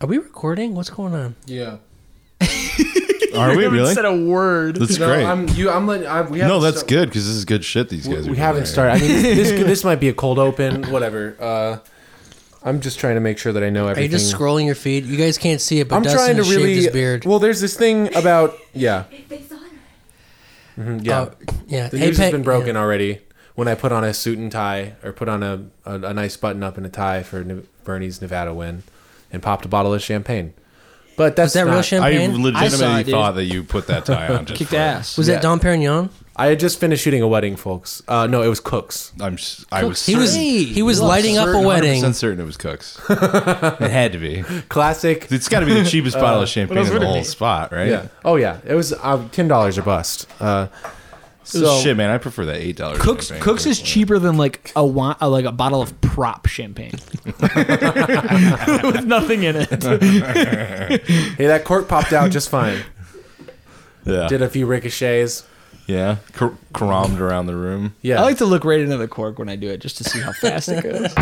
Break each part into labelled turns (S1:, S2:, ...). S1: Are we recording? What's going on?
S2: Yeah.
S3: Are we
S4: haven't
S3: really?
S4: said a word.
S3: That's
S2: no,
S3: great.
S2: I'm you. I'm letting. I, we
S3: no,
S2: haven't
S3: that's
S2: sta-
S3: good because this is good shit. These guys.
S2: We,
S3: are
S2: we haven't
S3: doing right
S2: started. I mean, this this might be a cold open. Whatever. Uh, I'm just trying to make sure that I know
S1: Are you
S2: everything.
S1: just scrolling your feed? You guys can't see it, but
S2: I'm
S1: Dustin
S2: trying to
S1: has shaved
S2: really.
S1: his beard.
S2: Well, there's this thing about yeah,
S5: They saw her.
S2: mhm, yeah.
S1: Uh, yeah.
S2: the news has
S1: Apex-
S2: been broken
S1: yeah.
S2: already. When I put on a suit and tie, or put on a a, a nice button up and a tie for Ne- Bernie's Nevada win, and popped a bottle of champagne. But that's
S1: Was that
S2: not,
S1: real
S3: I
S1: champagne?
S4: I
S3: legitimately
S4: saw it, dude.
S3: thought that you put that tie on. Just
S4: Kicked
S3: for-
S4: ass.
S1: was
S2: Yeah.
S1: that Dom Perignon?
S2: I had just finished shooting a wedding, folks. Uh, no, it was Cook's.
S3: I'm. s- I was.
S1: He was
S3: certain-
S1: he was lighting up a
S3: certain-
S1: wedding.
S3: 100% certain it was Cooks. it had to be.
S2: Classic.
S3: It's got to be the cheapest bottle of champagne in the whole spot, right?
S2: Yeah. Oh yeah. It was uh, ten dollars a bust. Uh,
S3: It was
S2: so
S3: shit, man. I prefer that eight dollars.
S4: Cooks Cooks is cheaper than like a wa- uh, like a bottle of prop champagne with nothing in it.
S2: hey, that cork popped out just fine.
S3: Yeah.
S2: Did a few ricochets.
S3: yeah. Car- caromed around the room.
S2: Yeah.
S4: I like to look right into the cork when I do it just to see how fast it goes.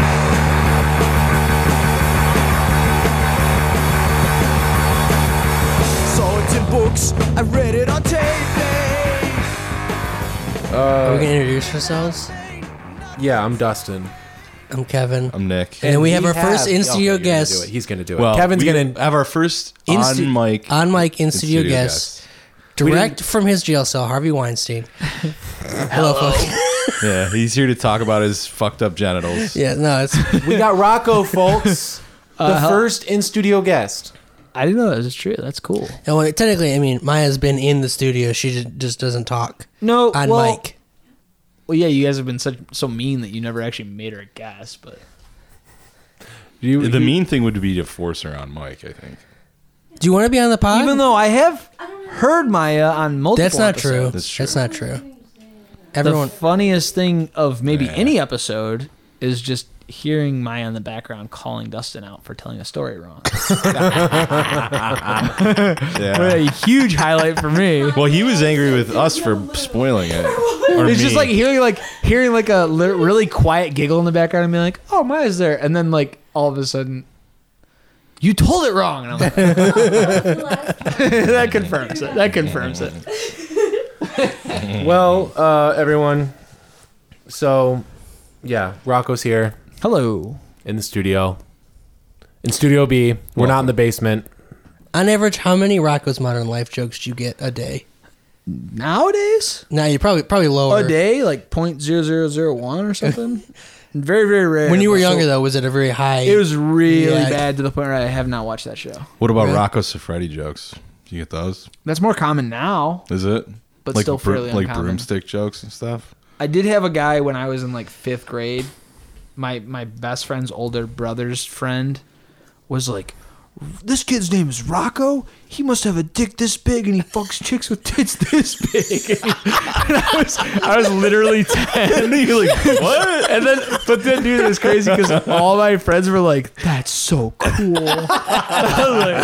S6: Saw it in books, I read it on tape.
S1: Are we gonna introduce ourselves?
S2: yeah. I'm Dustin.
S1: I'm Kevin.
S3: I'm Nick.
S1: and we have
S2: We
S1: our first
S2: have-
S1: in
S2: Okay,
S1: studio
S2: you're gonna do
S1: guest.
S2: it. He's gonna do it.
S3: well,
S2: Kevin's
S3: we
S2: gonna.
S3: have our first
S1: In
S3: on
S1: stu-
S3: mic
S1: on mic in studio,
S3: studio
S1: guest. Direct from his jail cell, Harvey Weinstein. Hello, folks.
S3: guest. Yeah, he's here to talk about his fucked up genitals.
S1: Yeah, no, it's
S2: we got Rocco, folks. the
S1: Uh-huh.
S4: hel-
S2: first in studio guest.
S4: I didn't know that was true. That's cool.
S1: and well, technically, I mean, Maya's been in the studio. She just, just doesn't talk
S4: No,
S1: on
S4: well,
S1: mic.
S4: well, yeah, you guys have been such so mean that you never actually made her a guest, but
S2: You,
S3: The mean thing would be to force her on mic. I think
S1: Do you want to be on the pod?
S4: even though I have heard Maya on multiple.
S1: that's not true.
S4: episodes,
S1: That's
S3: That's true.
S1: not true.
S4: The
S1: Everyone,
S4: funniest thing of maybe
S3: Yeah.
S4: any episode is just hearing Maya in the background calling Dustin out for telling a story wrong.
S3: Yeah.
S4: a huge highlight for me.
S3: Well, he was angry with us for spoiling it. Or
S4: It's just
S3: me.
S4: like hearing like hearing like a li- really quiet giggle in the background and being like, "Oh, Maya's there," and then like all of a sudden, you told it wrong, and I'm like, "That confirms it. That confirms it."
S2: well, uh, everyone. So, yeah, Rocco's here
S4: Hello.
S2: in the studio. In Studio B, we're not in the basement.
S1: on average, how many Rocco's Modern Life jokes do you get a day?
S4: Nowadays,
S1: Now you're probably probably lower.
S4: a day like point zero zero zero one or something. very very rare.
S1: When you were
S4: So
S1: younger, though, was it a very high?
S4: it was really
S1: Yeah.
S4: bad to the point where I have not watched that show.
S3: What about
S1: Really?
S3: Rocco Siffredi jokes? Do you get those?
S4: That's more common now.
S3: Is it?
S4: But
S3: like
S4: still fairly
S3: like
S4: uncommon.
S3: broomstick jokes and stuff.
S4: I did have a guy when I was in like fifth grade. My my best friend's older brother's friend was like, "This kid's name is Rocco. He must have a dick this big, and he fucks chicks with tits this big." and I was I was literally ten.
S3: You're like, what?
S4: And then, but then, dude, it was crazy because all my friends were like, "That's so cool." I was like,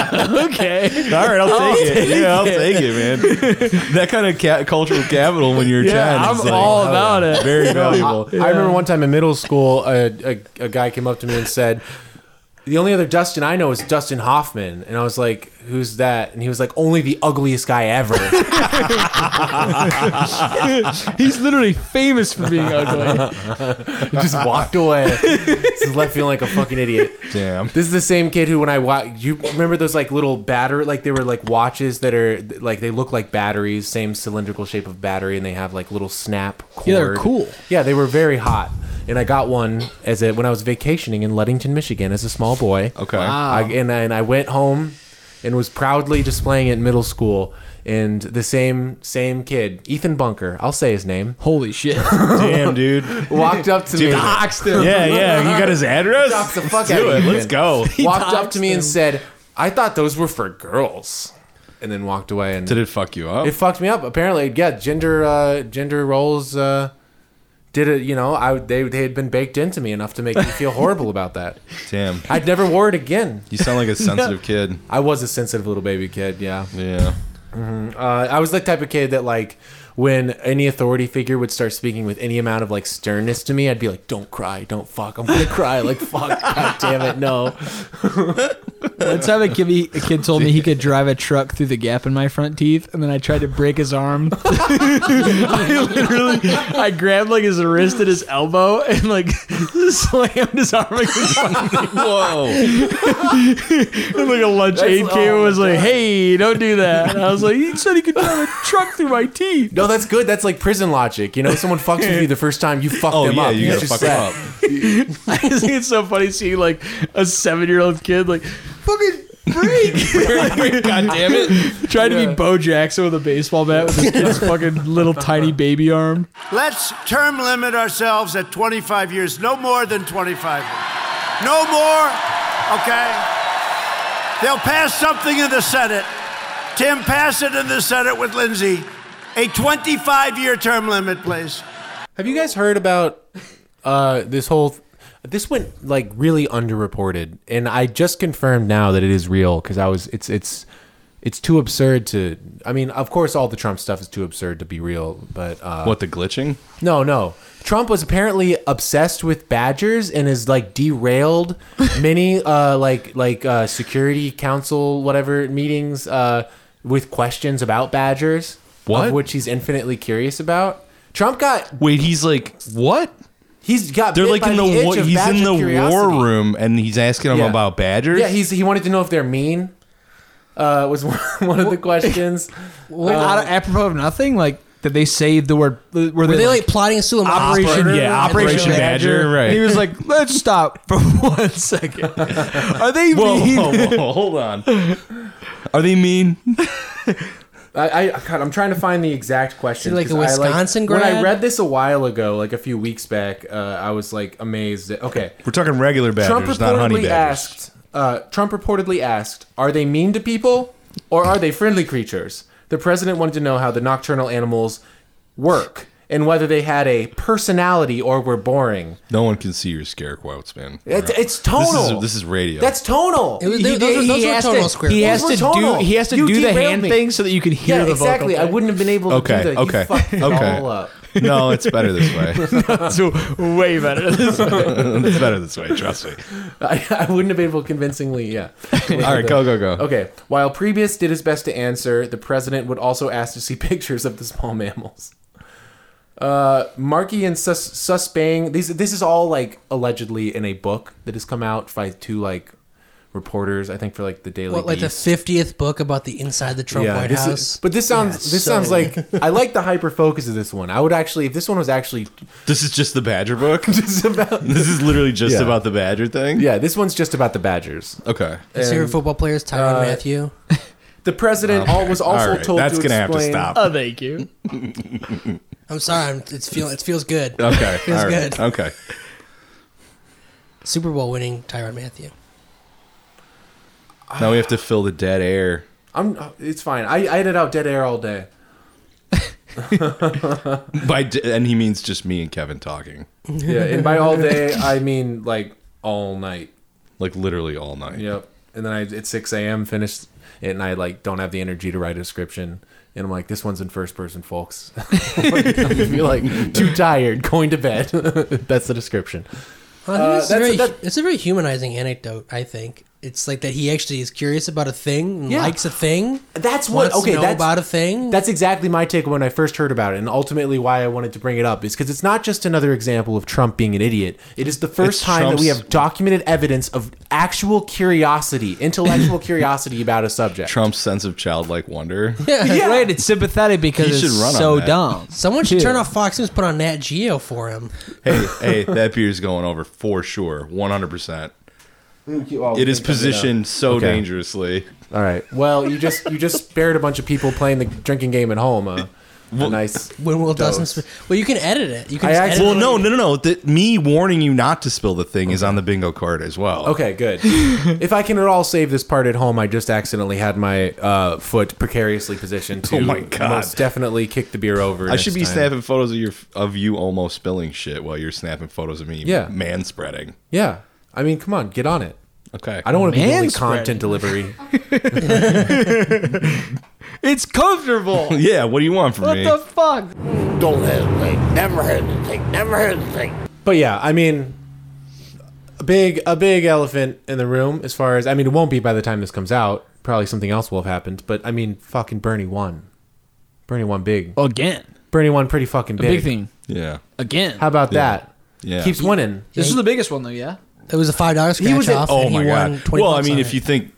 S4: "Okay."
S3: All right, I'll take
S2: "Oh,
S3: it. yeah, I'll take it, man. That kind of ca- cultural capital when you're
S4: Yeah,
S3: 10.
S4: I'm
S3: is like,
S4: all
S3: oh,
S4: about it.
S3: Very valuable.
S2: I, I remember one time in middle school, a, a, a guy came up to me and said, "The only other Dustin I know is Dustin Hoffman," and I was like, "Who's that?" And he was like, "Only the ugliest guy ever."
S4: He's literally famous for being ugly.
S2: Just walked away. Just left feeling like a fucking idiot.
S3: Damn.
S2: This is the same kid who, when I wa you remember those like little batter, like they were like watches that are like they look like batteries, same cylindrical shape of battery, and they have like little snap. Cord.
S4: Yeah, they're cool.
S2: Yeah, they were very hot, and I got one as a when I was vacationing in Ludington, Michigan, as a small boy.
S3: Okay.
S2: I, and, I, and I went home and was proudly displaying it in middle school. And the same same kid, Ethan Bunker, I'll say his name,
S4: Holy shit!
S3: Damn, dude.
S2: walked up to me.
S3: Yeah, yeah. You got his address?
S2: Drop the fuck
S3: Let's do
S2: outta
S3: it.
S2: here.
S3: Let's go.
S2: walked up
S4: doxed
S2: to me
S4: him.
S2: and said, "I thought those were for girls," and then walked away. And
S3: Did it fuck you up?
S2: it fucked me up. Apparently, yeah, gender uh, gender roles uh, did it. You know, I they they had been baked into me enough to make me feel horrible about that.
S3: Damn.
S2: I'd never wore it again.
S3: You sound like a sensitive kid.
S2: I was a sensitive little baby kid. Yeah,
S3: Yeah.
S2: uh, I was the type of kid that like. When any authority figure would start speaking with any amount of like sternness to me, I'd be like, "Don't cry, don't fuck, I'm gonna cry, like fuck, god damn it, no."
S4: One time a kid, a kid told me he could drive a truck through the gap in my front teeth, and then I tried to break his arm. I literally, I grabbed like his wrist at his elbow and like slammed his arm against my
S3: Whoa.
S4: And like a lunch aide came and was like, "Hey, don't do that." And I was like, "He said he could drive a truck through my teeth."
S2: No, that's good. That's like prison logic. You know, someone fucks with you the first time, you fuck
S3: Oh
S2: them
S3: yeah,
S2: up.
S3: you gotta
S2: just
S3: fuck
S2: said-
S3: them up.
S4: I just think it's so funny seeing like a seven-year-old kid like fucking break.
S3: God damn it.
S4: Trying to be Bo Jackson with a baseball bat with his kid's fucking little tiny baby arm.
S5: Let's term limit ourselves at 25 years, no more than 25. years. No more, okay? They'll pass something in the Senate. Tim, pass it in the Senate with Lindsey. A 25 year term limit, please.
S2: Have you guys heard about uh, this whole? this went like really underreported, and I just confirmed now that it is real because I was. It's it's it's too absurd to. I mean, of course, all the Trump stuff is too absurd to be real, but uh,
S3: What the glitching?
S2: no, no. Trump was apparently obsessed with badgers and has like derailed many uh, like like uh, Security Council whatever meetings uh, with questions about badgers,
S3: What?
S2: of which he's infinitely curious about. Trump got
S3: Wait, he's like what?
S2: He's got.
S3: They're
S2: bit
S3: like
S2: by
S3: in the,
S2: the itch
S3: war,
S2: of
S3: he's in
S2: badger
S3: the
S2: curiosity.
S3: war room and he's asking him
S2: Yeah.
S3: about badgers.
S2: Yeah, he's he wanted to know if they're mean. Uh, was one one of the questions.
S4: Wait, out of, apropos of nothing, like did they say the word? Were,
S1: Were
S4: they
S1: they like plotting us to an
S4: Operation,
S1: opera?
S3: yeah,
S1: And they
S3: Operation
S1: were like,
S3: Badger. right.
S4: And he was like, "Let's stop for one second. Are they
S3: Whoa,
S4: mean?
S3: whoa, whoa, hold on. Are they mean?
S2: I, I God, I'm trying to find the exact question.
S1: Is he like a
S2: 'cause I,
S1: Wisconsin
S2: When I
S1: grad?
S2: read this a while ago, like a few weeks back, uh, I was like amazed. That, okay,
S3: We're talking regular
S2: Trump
S3: badgers, not honey
S2: reportedly
S3: badgers.
S2: asked. Uh, Trump reportedly asked, "Are they mean to people, or are they friendly creatures?" The president wanted to know how the nocturnal animals work and whether they had a personality or were boring.
S3: No one can see your scare quotes, man.
S2: It's, it's
S3: This is-
S2: tonal.
S3: this is radio.
S2: That's tonal.
S1: It was-
S4: He,
S1: those are-
S4: he
S1: those are
S4: has
S1: tonal
S4: to,
S1: squares.
S4: he has
S2: Those
S4: to
S2: were
S4: do
S2: tonal.
S4: he has to
S2: You
S4: do the
S2: derailed
S4: hand
S2: me.
S4: thing so that you can hear
S2: yeah,
S4: the vocal.
S2: exactly. I
S4: thing.
S2: wouldn't have been able to
S3: Okay,
S2: do that.
S3: okay,
S2: You fucked it
S3: okay.
S2: all up.
S3: no, it's better this way.
S4: That's way better.
S3: it's better this way. Trust me.
S2: I, I wouldn't have been able to convincingly, yeah.
S3: All right, go, go, go.
S2: Okay. While Previous did his best to answer, the president would also ask to see pictures of the small mammals. Uh, Markey and Sus- Suspang. These this is all like allegedly in a book that has come out by two like reporters. I think for like the Daily
S1: What, like the
S2: Beast.
S1: fiftieth book about the inside the Trump White
S2: this is-
S1: House?
S2: but this sounds
S1: Yeah,
S2: this
S1: so-
S2: sounds like I like the hyper focus of this one. I would actually if this one was actually
S3: This is just the badger book. this
S2: just about
S3: is literally just
S2: Yeah.
S3: about the badger thing.
S2: yeah, this one's just about the Badgers.
S3: Okay.
S1: His favorite football player is Tyron Matthew.
S2: The president all, was also
S3: All right,
S2: told
S3: that's
S2: to
S3: gonna
S2: explain-
S3: have to stop.
S4: oh, thank you.
S1: I'm sorry, I'm, it's feel, it feels good.
S3: Okay.
S1: Feels
S3: all right, Uh,
S1: good.
S3: Okay.
S1: Super Bowl winning Tyron Matthew.
S3: Now we have to fill the dead air.
S2: I'm. It's fine. I, I edit out dead air all day.
S3: By d- and he means just me and Kevin talking,
S2: Yeah, and by all day I mean like all night.
S3: like literally all night.
S2: Yep. And then I at six a.m. finish it, and I like don't have the energy to write a description. And I'm like, this one's in first person, folks. I feel like too tired, going to bed. that's the description.
S1: Well, I think
S2: Uh,
S1: it's, a
S2: that's-
S1: very,
S2: that-
S1: it's a very humanizing anecdote. I think it's like that he actually is curious about a thing, and
S2: Yeah.
S1: likes a thing.
S2: That's what.
S1: wants
S2: Okay,
S1: to know
S2: that's
S1: about a thing.
S2: That's exactly my take when I first heard about it, and ultimately why I wanted to bring it up is because it's not just another example of Trump being an idiot. It is the first
S3: It's
S2: time that we
S3: Trump's-
S2: have documented evidence of actual curiosity, intellectual curiosity about a subject.
S3: Trump's sense of childlike wonder.
S4: Yeah. Right, it's sympathetic because
S3: He should
S4: it's
S3: run on
S4: so
S3: that.
S4: dumb.
S1: Someone should
S4: Dude.
S1: turn off Fox News, put on Nat Geo for him.
S3: hey, hey, that beer's going over for sure, one hundred percent. It is positioned so
S2: Okay.
S3: dangerously.
S2: All right. Well, you just you just spared a bunch of people playing the drinking game at home. Uh, a nice.
S1: When will
S2: Dose.
S1: Dustin? Sp- well, you can edit it. You can.
S2: I
S1: just
S2: actually-
S1: edit
S3: Well,
S1: it.
S3: no, no, no, no. The, me warning you not to spill the thing is on the bingo card as well.
S2: Okay, good. if I can at all save this part at home, I just accidentally had my uh, foot precariously positioned to
S3: Oh my God.
S2: most definitely kick the beer over.
S3: I should
S2: next
S3: be
S2: time.
S3: snapping photos of your of you almost spilling shit while you're snapping photos of me.
S2: Yeah.
S3: man spreading.
S2: Yeah. I mean, come on, get on it.
S3: Okay,
S2: I don't want to be the only
S4: Manspreading.
S2: content delivery.
S4: It's comfortable.
S3: Yeah, what do you want from
S4: what
S3: me?
S4: the fuck?
S7: Don't hesitate. Never hesitate. Never hesitate.
S2: But yeah, I mean, a big a big elephant in the room as far as I mean it won't be by the time this comes out. Probably something else will have happened, but I mean fucking Bernie won. Bernie won big.
S4: Again.
S2: Bernie won pretty fucking
S4: The
S2: big.
S4: big thing.
S3: Yeah.
S4: Again.
S2: How about that?
S3: Yeah.
S2: Keeps winning.
S4: this is the biggest one though, yeah?
S1: It was a five dollar scratch
S2: He was at-
S1: off.
S3: Oh
S1: and he
S3: my
S1: won
S3: god.
S1: 20
S3: Well, I
S1: bucks
S3: mean,
S1: on
S3: if
S1: it.
S3: you think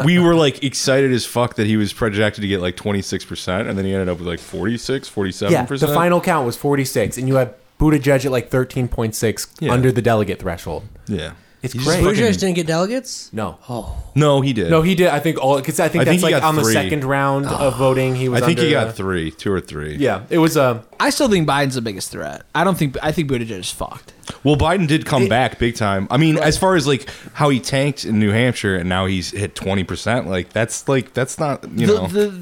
S3: we were like excited as fuck that he was projected to get like 26% and then he ended up with like 46, 47%.
S2: Yeah, the final count was 46 and you had Buttigieg at like 13.6
S3: Yeah.
S2: under the delegate threshold.
S3: Yeah.
S2: It's
S3: He's
S2: great.
S3: just fucking-
S1: Buttigieg didn't get delegates.
S2: No.
S4: Oh.
S3: no, he did.
S2: No, he did. I think all because I think
S3: I
S2: that's
S3: think he
S2: like
S3: got
S2: on the
S3: three.
S2: second round of voting. He
S3: I
S2: was.
S3: think he
S2: under
S3: got
S2: the-
S3: 3, 2 or 3.
S2: Yeah, it was uh, a.
S4: I still think Biden's the biggest threat. I don't think I think Buttigieg is fucked.
S3: Well, Biden did come back big time. I mean, as far as like how he tanked in New Hampshire and now he's hit 20%, like that's like that's not, you
S4: The,
S3: know.
S4: the,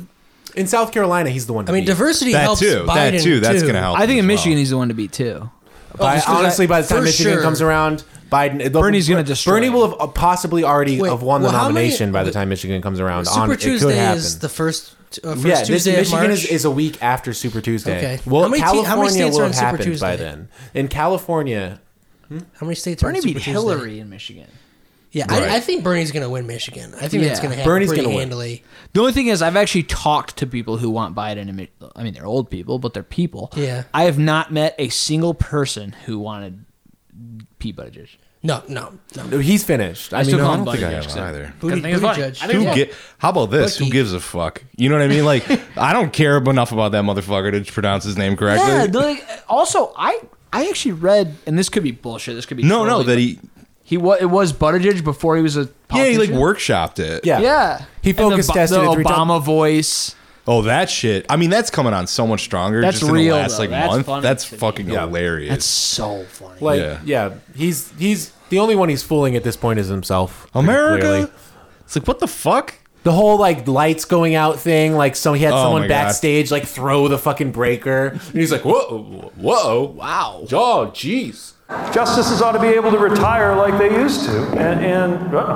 S2: in South Carolina, he's the one.
S1: I
S2: To
S1: mean,
S2: beat.
S1: diversity
S3: that
S1: helps
S3: too.
S1: Biden
S3: that too. That's going to help.
S4: I think
S3: as
S4: in Michigan
S3: well.
S4: he's the one to beat too.
S2: By,
S1: oh, just 'cause
S2: honestly,
S1: I-
S2: by the time
S1: for
S2: Michigan
S1: sure.
S2: comes around, Biden. the-
S4: Bernie's gonna destroy
S2: Bernie
S4: him.
S2: will have uh, possibly already
S1: Wait,
S2: have won
S1: well,
S2: the
S1: how many-
S2: nomination by the time Michigan comes around. on,
S1: Super
S2: it could
S1: Tuesday
S2: happen.
S1: is the first. Uh, first
S2: yeah, this-
S1: Tuesday of
S2: Michigan
S1: March.
S2: is, is a week after Super Tuesday.
S1: Okay.
S2: Well,
S1: How many te- how many
S2: California
S1: states
S2: will
S1: are
S2: have
S1: on Super
S2: happened by
S1: Tuesday?
S2: then. In California,
S1: How many states? are on
S4: Bernie beat
S1: Super Tuesday?
S4: Hillary in Michigan.
S1: Yeah,
S3: Right.
S1: I, I think Bernie's going to win Michigan. I think
S4: Yeah.
S1: that's going to happen
S2: Bernie's
S1: pretty
S2: gonna win.
S1: handily.
S4: The only thing is, I've actually talked to people who want Biden. and Mich- I mean, they're old people, but they're people.
S1: Yeah.
S4: I have not met a single person who wanted Pete Buttigieg.
S1: No, no, no.
S2: No, he's finished. I,
S4: I
S2: mean,
S4: still
S2: no,
S4: call
S2: I
S4: him
S2: don't think
S3: think I
S4: Buttigieg.
S3: have
S4: 'cause
S3: either.
S4: I think it's
S1: Buttigieg.
S4: funny. I think
S1: Who
S4: it's
S3: Who
S4: funny.
S3: get? How about this? Who
S1: Bucky.
S3: gives a fuck? You know what I mean? Like, I don't care enough about that motherfucker to pronounce his name correctly.
S4: Yeah. the- like, also, I I actually read, and this could be bullshit. This could be
S3: no, no,
S4: totally-
S3: that he
S4: he was it was Buttigieg before he was a
S3: yeah he
S4: politician?
S3: like workshopped it.
S2: Yeah.
S4: Yeah.
S2: He
S4: And the
S2: focus
S4: Bo-
S2: tested
S4: the
S2: it three
S4: Obama voice.
S3: Oh, that shit. I mean, that's coming on so much stronger.
S4: That's
S3: just In the
S4: real,
S3: last
S4: though.
S3: like
S4: That's
S3: month.
S4: funny
S3: That's
S4: to me.
S3: fucking
S2: Yeah.
S3: hilarious.
S4: That's so funny.
S2: Like,
S3: Yeah.
S2: yeah. he's he's the only one he's fooling at this point is himself. pretty
S3: America.
S2: clearly.
S3: It's like what the fuck?
S2: The whole like lights going out thing, like so he had
S3: Oh my
S2: someone
S3: God.
S2: backstage like throw the fucking breaker, and he's like, "Whoa, whoa, wow, oh, jeez."
S7: Justices ought to be able to retire like they used to. And, and uh-oh.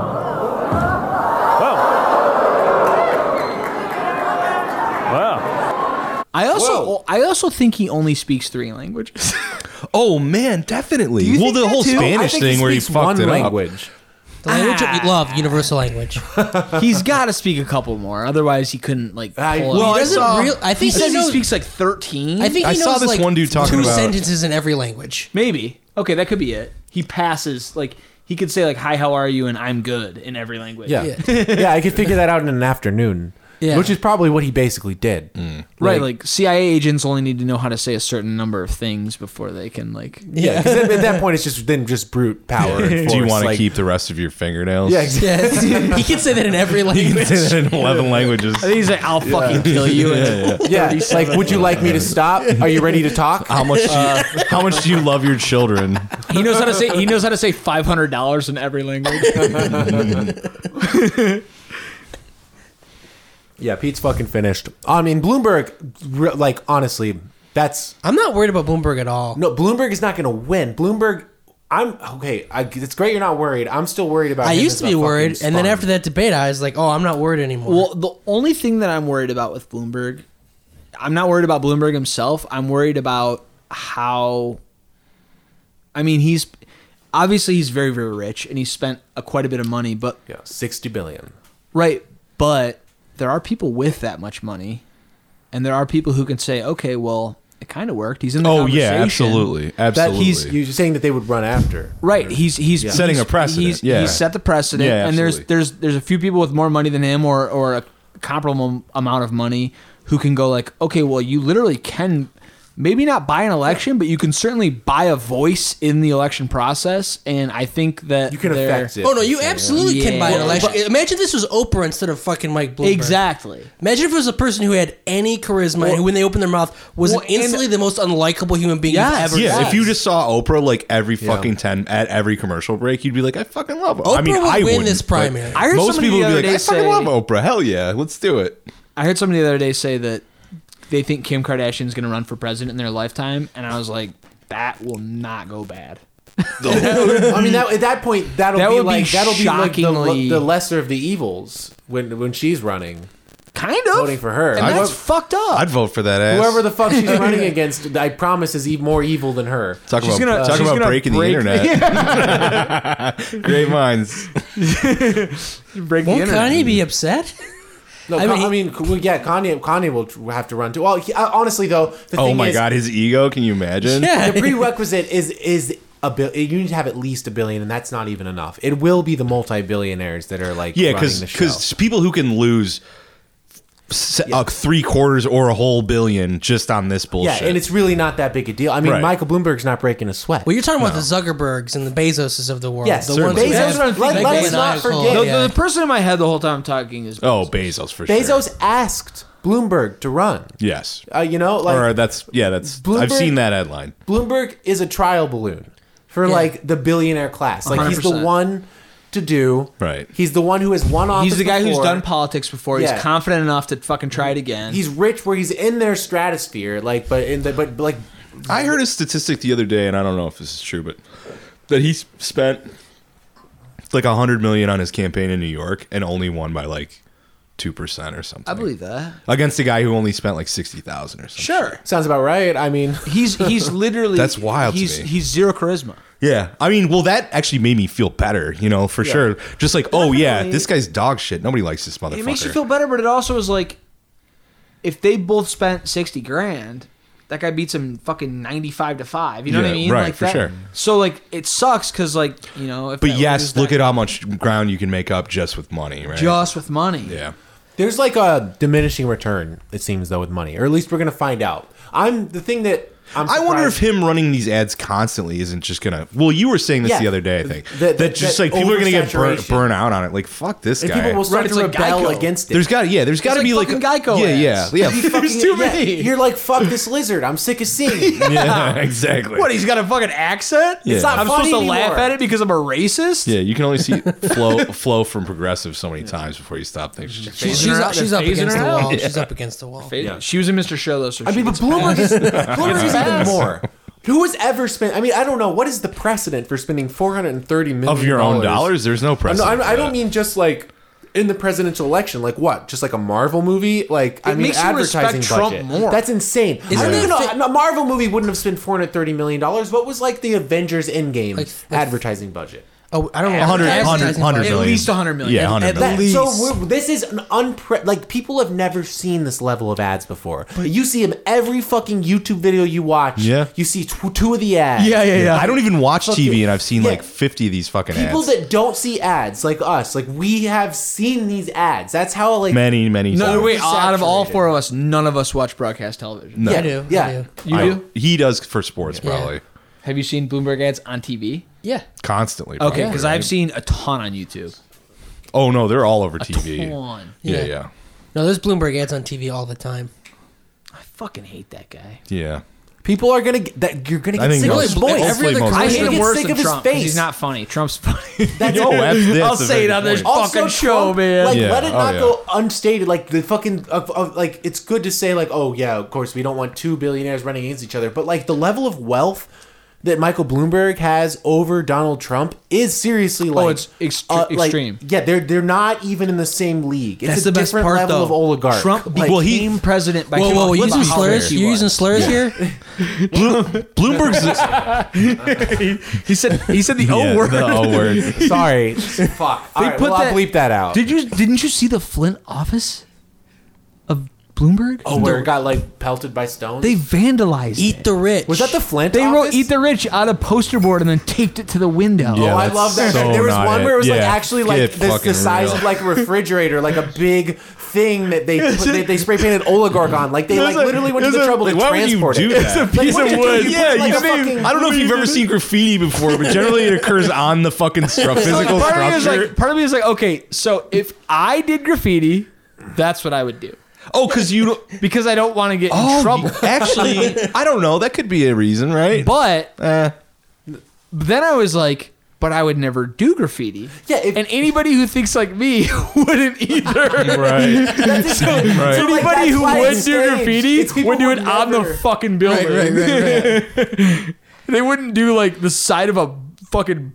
S7: Wow. Wow.
S4: I also
S2: Whoa.
S4: I also think he only speaks three languages.
S3: Oh man, definitely.
S4: you
S3: Well,
S4: think
S3: the
S4: that
S3: whole
S4: too?
S2: I
S3: Spanish
S2: think
S3: thing where he
S2: speaks
S3: fucked
S2: one
S3: it up.
S2: language.
S3: Ah.
S1: The language that we love, universal language.
S4: He's got to speak a couple more, otherwise he couldn't like. Pull
S2: I-
S4: up. Uh,
S2: well,
S1: He I doesn't saw- real- I
S4: he
S1: think he
S4: says he,
S1: knows-
S4: speaks like thirteen.
S1: I think he
S3: I
S1: knows
S3: saw this
S1: like
S3: one dude talking
S1: two
S3: about-
S1: sentences in every language.
S4: maybe okay, that could be it. He passes like he could say like "Hi, how are you?" and "I'm good" in every language.
S2: Yeah. yeah, I could figure that out in an afternoon.
S1: Yeah.
S2: Which is probably what he basically did.
S3: Mm.
S4: right. Like, CIA agents only need to know how to say a certain number of things before they can like.
S2: Yeah, because at that point it's just then just brute power. and
S3: Do you
S2: force,
S3: want to
S2: like-
S3: keep the rest of your fingernails?
S2: Yeah, exactly.
S1: Yes, he can say that in every language.
S3: Say that in eleven languages.
S4: He's like, "I'll fucking kill you." And
S2: Yeah, like would you like me to stop? Are you ready to talk? Uh,
S3: How much? Do you, how much do you love your children?
S4: He knows how to say. He knows how to say five hundred dollars in every language.
S2: Yeah, Pete's fucking finished. I mean, Bloomberg, re- like honestly, that's
S1: I'm not worried about Bloomberg at all.
S2: no. Bloomberg is not going to win. Bloomberg, I'm okay. I, it's great you're not worried. I'm still worried about.
S1: I
S2: him
S1: used
S2: as
S1: to
S2: a
S1: be
S2: fucking
S1: worried, and then
S2: spawn.
S1: after that debate, I was like, "Oh, I'm not worried anymore."
S4: Well, the only thing that I'm worried about with Bloomberg, I'm not worried about Bloomberg himself. I'm worried about how. I mean, he's obviously he's very very rich and he's spent a, quite a bit of money, but
S2: yeah, sixty billion.
S4: right, but there are people with that much money, and there are people who can say, okay, well, it kind of worked. He's in the
S3: Oh yeah,
S4: conversation.
S3: absolutely,
S2: That
S3: absolutely.
S2: he's you're saying that they would run after.
S4: Right, he's he's he's-
S3: Setting a precedent,
S4: He's,
S3: yeah.
S4: he's set the precedent,
S3: Yeah,
S4: and there's
S3: absolutely.
S4: there's there's a few people with more money than him, or or a comparable amount of money, who can go like, okay, well, you literally can maybe not buy an election, but you can certainly buy a voice in the election process, and I think that
S2: You can
S4: they're-
S2: affect it.
S1: oh no, you absolutely can buy an
S4: Yeah.
S1: election. Imagine this was Oprah instead of fucking Mike Bloomberg.
S4: exactly.
S1: Imagine if it was a person who had any charisma and who, when they opened their mouth, was
S4: Well, and-
S1: instantly the most unlikable human being
S4: Yes.
S1: you've ever
S3: yeah,
S1: seen.
S3: if you just saw Oprah like every fucking ten at every commercial break, you'd be like, I fucking love. her. I
S1: Oprah
S3: mean,
S1: would
S3: I
S1: win
S3: wouldn't,
S1: this
S3: but
S1: primary. I
S4: heard
S3: most
S4: somebody
S3: people
S4: the
S3: would be
S4: other
S3: like, I
S4: day
S3: fucking
S4: say-
S3: love Oprah. Hell yeah, let's do it.
S4: I heard somebody the other day say that they think Kim Kardashian's going to run for president in their lifetime, and I was like, that will not go bad.
S2: I mean, that, at that point, that'll
S4: That
S2: be
S4: would be
S2: like that'll be like the-
S4: shockingly-
S2: the, lesser of the evils when when she's running.
S4: Kind of
S2: Voting for her.
S4: and
S2: I'd
S4: that's
S2: vote-
S4: fucked up.
S3: I'd vote for that ass.
S2: Whoever the fuck she's running against, I promise, is e- more evil than her.
S3: talk
S4: She's
S3: about
S4: gonna-
S3: talk
S4: she's
S3: about
S4: gonna
S3: breaking
S4: break-
S3: the internet. Great minds.
S4: break the
S1: Won't
S4: internet.
S1: Kanye be upset?
S2: No,
S1: I
S2: I
S1: mean,
S2: mean, I mean well, yeah, Kanye, Kanye will tr- have to run too. Well, he, uh, honestly though, the
S3: Oh
S2: thing
S3: my
S2: is,
S3: god, his ego. Can you imagine?
S1: Yeah.
S2: the prerequisite is is a bill. You need to have at least a billion, and that's not even enough. It will be the multi-billionaires that are like
S3: Yeah,
S2: running
S3: because
S2: the show.
S3: because people who can lose s uh, three quarters or a whole billion just on this
S2: Yeah,
S3: bullshit.
S2: and it's really not that big a deal. I mean,
S3: Right.
S2: Michael Bloomberg's not breaking a sweat.
S1: Well, you're talking about the Zuckerbergs and the Bezoses of the world.
S2: Yes,
S1: the
S2: certainly.
S1: who
S2: Bezos-
S1: have
S2: let-
S1: big
S2: let's
S1: big
S2: not
S1: eyes
S2: forget-
S1: full-
S4: The,
S1: yeah.
S4: the person in my head the whole time talking is
S3: oh Bezos for sure.
S2: Bezos asked Bloomberg to run.
S3: yes.
S2: Uh, you know, like
S3: or that's yeah, that's I've
S2: Bloomberg-
S3: seen that headline.
S2: Bloomberg is a trial balloon for like the billionaire class. Like he's the
S4: 100%.
S2: one to do.
S3: Right.
S2: He's the one who has won office.
S4: He's the guy who's
S2: before.
S4: done politics before. He's
S2: Yeah.
S4: confident enough to fucking try it again.
S2: He's rich where he's in their stratosphere. Like, but in the but like
S3: I heard a statistic the other day, and I don't know if this is true, but that he s- spent like a hundred million on his campaign in New York and only won by like two percent or something.
S4: I believe that.
S3: against a guy who only spent like sixty thousand or something.
S4: Sure.
S2: sounds about right. I mean,
S4: He's he's literally
S3: That's wild to
S4: He's
S3: me.
S4: he's zero charisma.
S3: Yeah, I mean, well, that actually made me feel better, you know, for sure. Just like, oh yeah,
S4: Definitely.
S3: this guy's dog shit. Nobody likes this motherfucker.
S4: It makes you feel better, but it also is like if they both spent sixty grand, that guy beats him fucking ninety five to five. You know what
S3: Yeah,
S4: I mean?
S3: right,
S4: like
S3: for
S4: that,
S3: sure.
S4: So like it sucks because like you know if
S3: But
S4: that
S3: yes,
S4: was
S3: look
S4: that-
S3: at how much ground you can make up just with money, right?
S4: just with money.
S3: yeah.
S2: There's like a diminishing return, it seems though, with money, or at least we're gonna find out. I'm the thing that I'm.
S3: I wonder if
S2: surprised-
S3: him running these ads constantly isn't just gonna. Well, you were saying this
S2: Yeah.
S3: the other day, I think
S2: That-
S3: that,
S2: that-
S3: just
S2: that
S3: like people are gonna get burnt,
S2: oversaturation.
S3: burnt out on it. Like fuck this
S2: if
S3: guy.
S2: people will start
S4: Right,
S2: to
S4: it's like
S2: rebel
S4: Geico.
S2: against it.
S3: there's got yeah, there's got to
S4: like
S3: be like
S4: fucking Geico
S3: Yeah, yeah,
S4: ads.
S2: You
S3: yeah.
S2: fucking-
S4: There's too
S2: yeah,
S4: many.
S2: You're like, fuck this lizard. I'm sick of seeing. it."
S3: yeah, exactly.
S4: What? He's got a fucking accent.
S3: Yeah. It's not
S4: I'm
S2: funny
S4: supposed to laugh
S2: anymore.
S4: at it because I'm a racist.
S3: yeah, you can only see flow flow from progressive so many times before you stop thinking.
S1: She-
S4: Phasing
S1: she's
S4: her out,
S1: she's
S4: they're
S1: up
S4: phasing
S1: against the
S4: her out.
S1: wall. She's up against the wall.
S2: Yeah.
S4: She was in Mr. Show though. So
S2: I
S4: she
S2: mean, but
S4: gets
S2: Bloomberg
S4: passed.
S2: is Bloomberg is even more. Who has ever spent? I mean, I don't know what is the precedent for spending 430 million
S3: Of your own dollars, there's no
S2: I'm
S3: precedent.
S2: not, I'm, I
S3: for
S2: don't
S3: that.
S2: mean just like in the presidential election. Like what? Just like a Marvel movie? Like I
S4: It
S2: mean,
S4: makes you respect
S2: advertising
S4: Trump
S2: budget.
S4: more.
S2: That's insane. I
S1: Isn't
S2: don't even
S1: it
S2: know.
S1: fi-
S2: a Marvel movie wouldn't have spent 430 million dollars. What was like the Avengers Endgame
S1: Like- like-
S2: advertising budget?
S1: Oh, I don't know.
S3: 100,
S1: Advertising
S3: 100,
S1: budget.
S3: 100 million.
S4: At least 100 million.
S3: Yeah,
S4: At-
S3: 100
S1: at
S3: million.
S1: least.
S2: So we're, this is an unpre like people have never seen this level of ads before. you see them every fucking YouTube video you watch.
S3: Yeah.
S2: you see tw- two of the ads.
S3: yeah, yeah, yeah. I don't even watch
S2: Fuck
S3: TV,
S2: you.
S3: and I've seen
S2: Yeah.
S3: like 50 of these fucking
S2: People
S3: ads.
S2: that don't see ads like us, like we have seen these ads. That's how like
S3: many, many.
S4: No,
S3: times.
S4: wait. Out of all
S2: Saturated.
S4: four of us, none of us watch broadcast television.
S1: Yeah, I
S3: No.
S1: do. Yeah. I
S2: Yeah.
S1: do.
S4: You
S3: I-
S4: do?
S3: He does for sports probably
S4: Have you seen Bloomberg ads on TV?
S1: Yeah.
S3: constantly.
S4: Okay,
S3: probably,
S4: because
S3: right?
S4: I've seen a ton on YouTube.
S3: Oh no, they're all over TV.
S4: One.
S3: Yeah,
S1: Yeah.
S3: yeah,
S1: No, there's Bloomberg ads on TV all the time.
S4: I fucking hate that guy.
S3: yeah.
S2: People are gonna get that you're gonna
S3: I
S2: get
S3: think
S2: sick of
S3: most-
S2: his voice.
S3: mostly
S1: Every other
S3: most-
S1: country-
S2: I hate
S1: Get
S2: him worse
S1: sick
S2: than
S1: of his
S2: Trump, 'cause
S1: face.
S4: He's not funny. Trump's funny.
S3: No, that's, that's
S4: I'll
S3: a
S4: say it
S3: very
S4: on
S3: good
S4: this
S3: point.
S4: fucking show, man.
S2: Like,
S3: Yeah.
S2: let it
S3: Oh,
S2: not
S3: yeah.
S2: go unstated. Like the fucking, uh, uh, like it's good to say, like, oh yeah, of course we don't want two billionaires running against each other, but like the level of wealth that Michael Bloomberg has over Donald Trump is seriously like,
S4: Oh, it's extre- extreme.
S2: Yeah, they're they're not even in the same league. It's
S4: That's
S2: a
S4: the best
S2: different
S4: part,
S2: level
S4: though.
S2: of oligarch.
S4: Trump
S2: Like,
S3: Well, he-
S4: became president by
S1: Whoa, whoa, you
S4: Look
S1: using
S4: how rich
S1: slurs?
S4: he
S1: You
S4: was.
S1: using slurs here?
S3: Bloomberg's the,
S4: He said he said the
S3: yeah,
S4: O word.
S3: The O word.
S2: sorry, fuck. All right,
S4: put
S2: well, I'll
S4: that-
S2: bleep that out.
S4: Did you didn't you see the Flint office of Bloomberg?
S2: oh, where it got like pelted by stones.
S4: they vandalized
S1: Eat
S4: it.
S1: the rich.
S2: was that the Flint?
S4: They wrote
S2: office?
S4: "Eat the rich" on a poster board and then taped it to the window.
S3: Yeah.
S2: Oh, I
S3: that's
S2: love that.
S3: so
S2: there was
S3: not
S2: one
S3: it.
S2: where it was like
S3: Yeah.
S2: actually like
S3: Get
S2: this,
S3: fucking
S2: the size
S3: real.
S2: of like a refrigerator, like a big thing that they put, they, they spray painted oligarch on. Like they like
S3: It's a-
S2: literally went to
S3: it's
S2: the
S3: a-
S2: trouble to
S3: why would you
S2: transport
S3: do
S2: it.
S3: that?
S2: Like, what did you do? You
S3: Yeah,
S2: put, like,
S3: you
S2: a
S3: think-
S2: fucking-
S3: I don't know if you've ever seen graffiti before, but generally it occurs on the fucking stru- physical
S4: Oh, part of me
S3: structure.
S4: is like, part of me is like, okay, so if I did graffiti, that's what I would do
S3: oh, because you don't.
S4: because I don't want to get in
S3: Oh,
S4: trouble.
S3: you- actually, I don't know. That could be a reason, right?
S4: But
S3: Eh.
S4: then I was like, but I would never do graffiti.
S2: Yeah, if-
S4: and anybody who thinks like me wouldn't either.
S3: right.
S2: That's just-
S3: Right.
S2: so, like,
S4: Anybody
S2: that's
S4: who
S2: why it's
S4: would do
S2: strange. It's
S4: graffiti
S2: people
S4: would do
S2: who
S4: it on the
S2: never-
S4: fucking building. They wouldn't do like the side of a fucking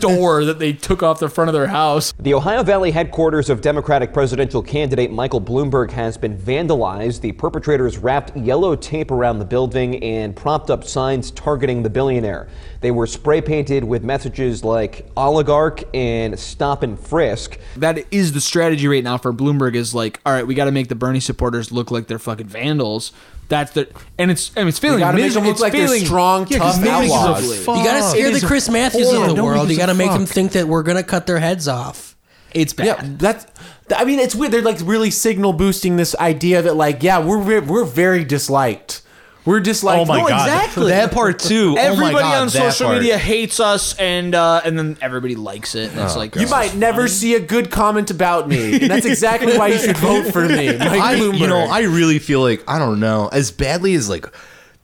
S4: door that they took off the front of their house.
S8: The Ohio Valley headquarters of Democratic presidential candidate Michael Bloomberg has been vandalized. The perpetrators wrapped yellow tape around the building and propped up signs targeting the billionaire. They were spray painted with messages like oligarch and stop and frisk.
S4: That is the strategy right now for Bloomberg is like, all right, we got to make the Bernie supporters look like they're fucking vandals. That's the and it's and it's failing.
S2: gotta make
S4: mis-
S2: them look
S4: it's
S2: like they're
S4: failing-
S2: strong, tough
S4: 'cause nobody gives a
S2: outlaws.
S4: fuck.
S1: You gotta scare
S4: It
S1: the
S4: is
S1: Chris Matthews
S4: horrible.
S1: of the
S4: Nobody
S1: world. You
S4: gives a
S1: gotta make them
S4: fuck.
S1: think that we're gonna cut their heads off.
S4: It's bad.
S2: Yeah, that's. I mean, it's weird. They're like really signal boosting this idea that like, yeah, we're we're, we're very disliked. We're disliked.
S3: Oh my
S2: No,
S3: god,
S4: exactly.
S3: that part too. oh my
S4: Everybody
S3: god,
S4: on
S3: that
S4: social
S3: part.
S4: media hates us, and uh, and then everybody likes it. And it's like
S2: You might never see a good comment about me. And that's exactly why you should vote for me, Mike
S3: I,
S2: Bloomberg.
S3: you know, I really feel like I don't know as badly as like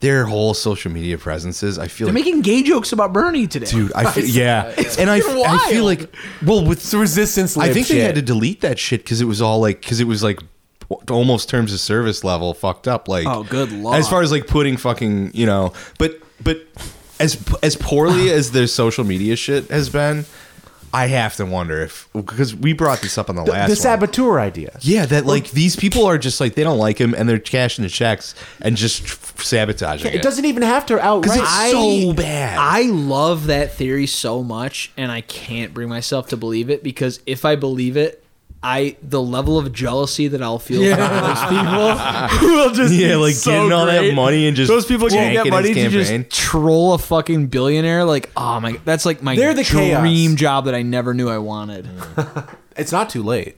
S3: their whole social media presence is. I feel
S4: They're
S3: like,
S4: making gay jokes about Bernie today.
S3: dude, I feel, yeah, and I,
S4: been
S3: I feel
S4: wild.
S3: like well with
S2: it's resistance.
S3: I
S2: lib
S3: think they
S2: shit.
S3: had to delete that shit because it was all like because it was like almost terms of service level fucked up. Like
S4: Oh, good lord.
S3: As far as like putting fucking you know, but but as as poorly as their social media shit has been, I have to wonder if because we brought this up on the last
S2: the
S3: one.
S2: saboteur idea.
S3: Yeah, that like these people are just like they don't like him and they're cashing the checks and just sabotaging it.
S2: It doesn't even have to outright.
S3: it's so bad.
S4: I love that theory so much, and I can't bring myself to believe it because if I believe it, I the level of jealousy that I'll feel from those people will just
S3: yeah,
S4: be
S3: like
S4: so
S3: getting all
S4: great.
S3: that money and just
S4: Those people can
S3: tanking
S4: get
S3: his
S4: money to
S3: campaign.
S4: just troll a fucking billionaire. Like, oh my, that's like my
S2: They're the chaos.
S4: dream job that I never knew I wanted.
S2: It's not too late.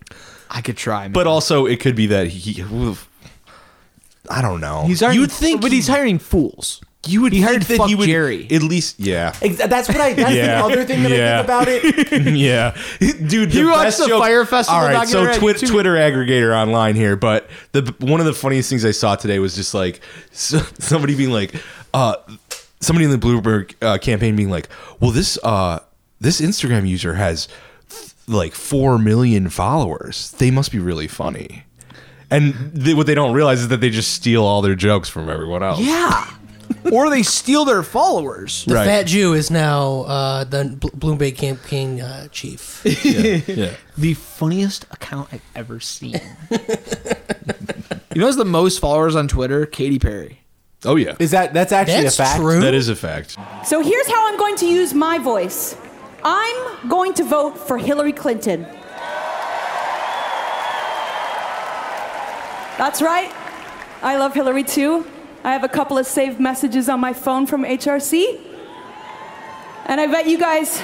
S4: I could try, man.
S3: But also, it could be that he. oof. I don't know.
S4: he's hiring,
S3: you'd think,
S4: but he's hiring fools. You would he hired
S3: that
S4: fuck
S3: he would
S4: Jerry.
S3: at least, yeah,
S2: Ex- That's what I. That's
S3: Yeah.
S2: the other thing that
S3: Yeah.
S2: I think about it.
S3: yeah, dude. The
S4: You watched
S3: best
S4: the
S3: joke-
S4: Fire Festival
S3: All right, so
S4: documentary on
S3: twi-
S4: YouTube?
S3: Twitter aggregator online here, but the one of the funniest things I saw today was just like so, somebody being like, uh, somebody in the Bloomberg uh, campaign being like, well, this uh, this Instagram user has like four million followers. They must be really funny. And they, what they don't realize is that they just steal all their jokes from everyone else.
S4: yeah, or they steal their followers.
S1: The
S3: Right.
S1: fat Jew is now uh, the Bl- Bloom Bay Camp King uh, chief.
S3: Yeah.
S4: the funniest account I've ever seen. you know, who's the most followers on Twitter? Katy Perry.
S3: Oh yeah.
S2: Is that that's actually
S1: That's
S2: a fact?
S1: true.
S3: that is a fact.
S9: So here's how I'm going to use my voice I'm going to vote for Hillary Clinton. That's right. I love Hillary too. I have a couple of saved messages on my phone from HRC. And I bet you guys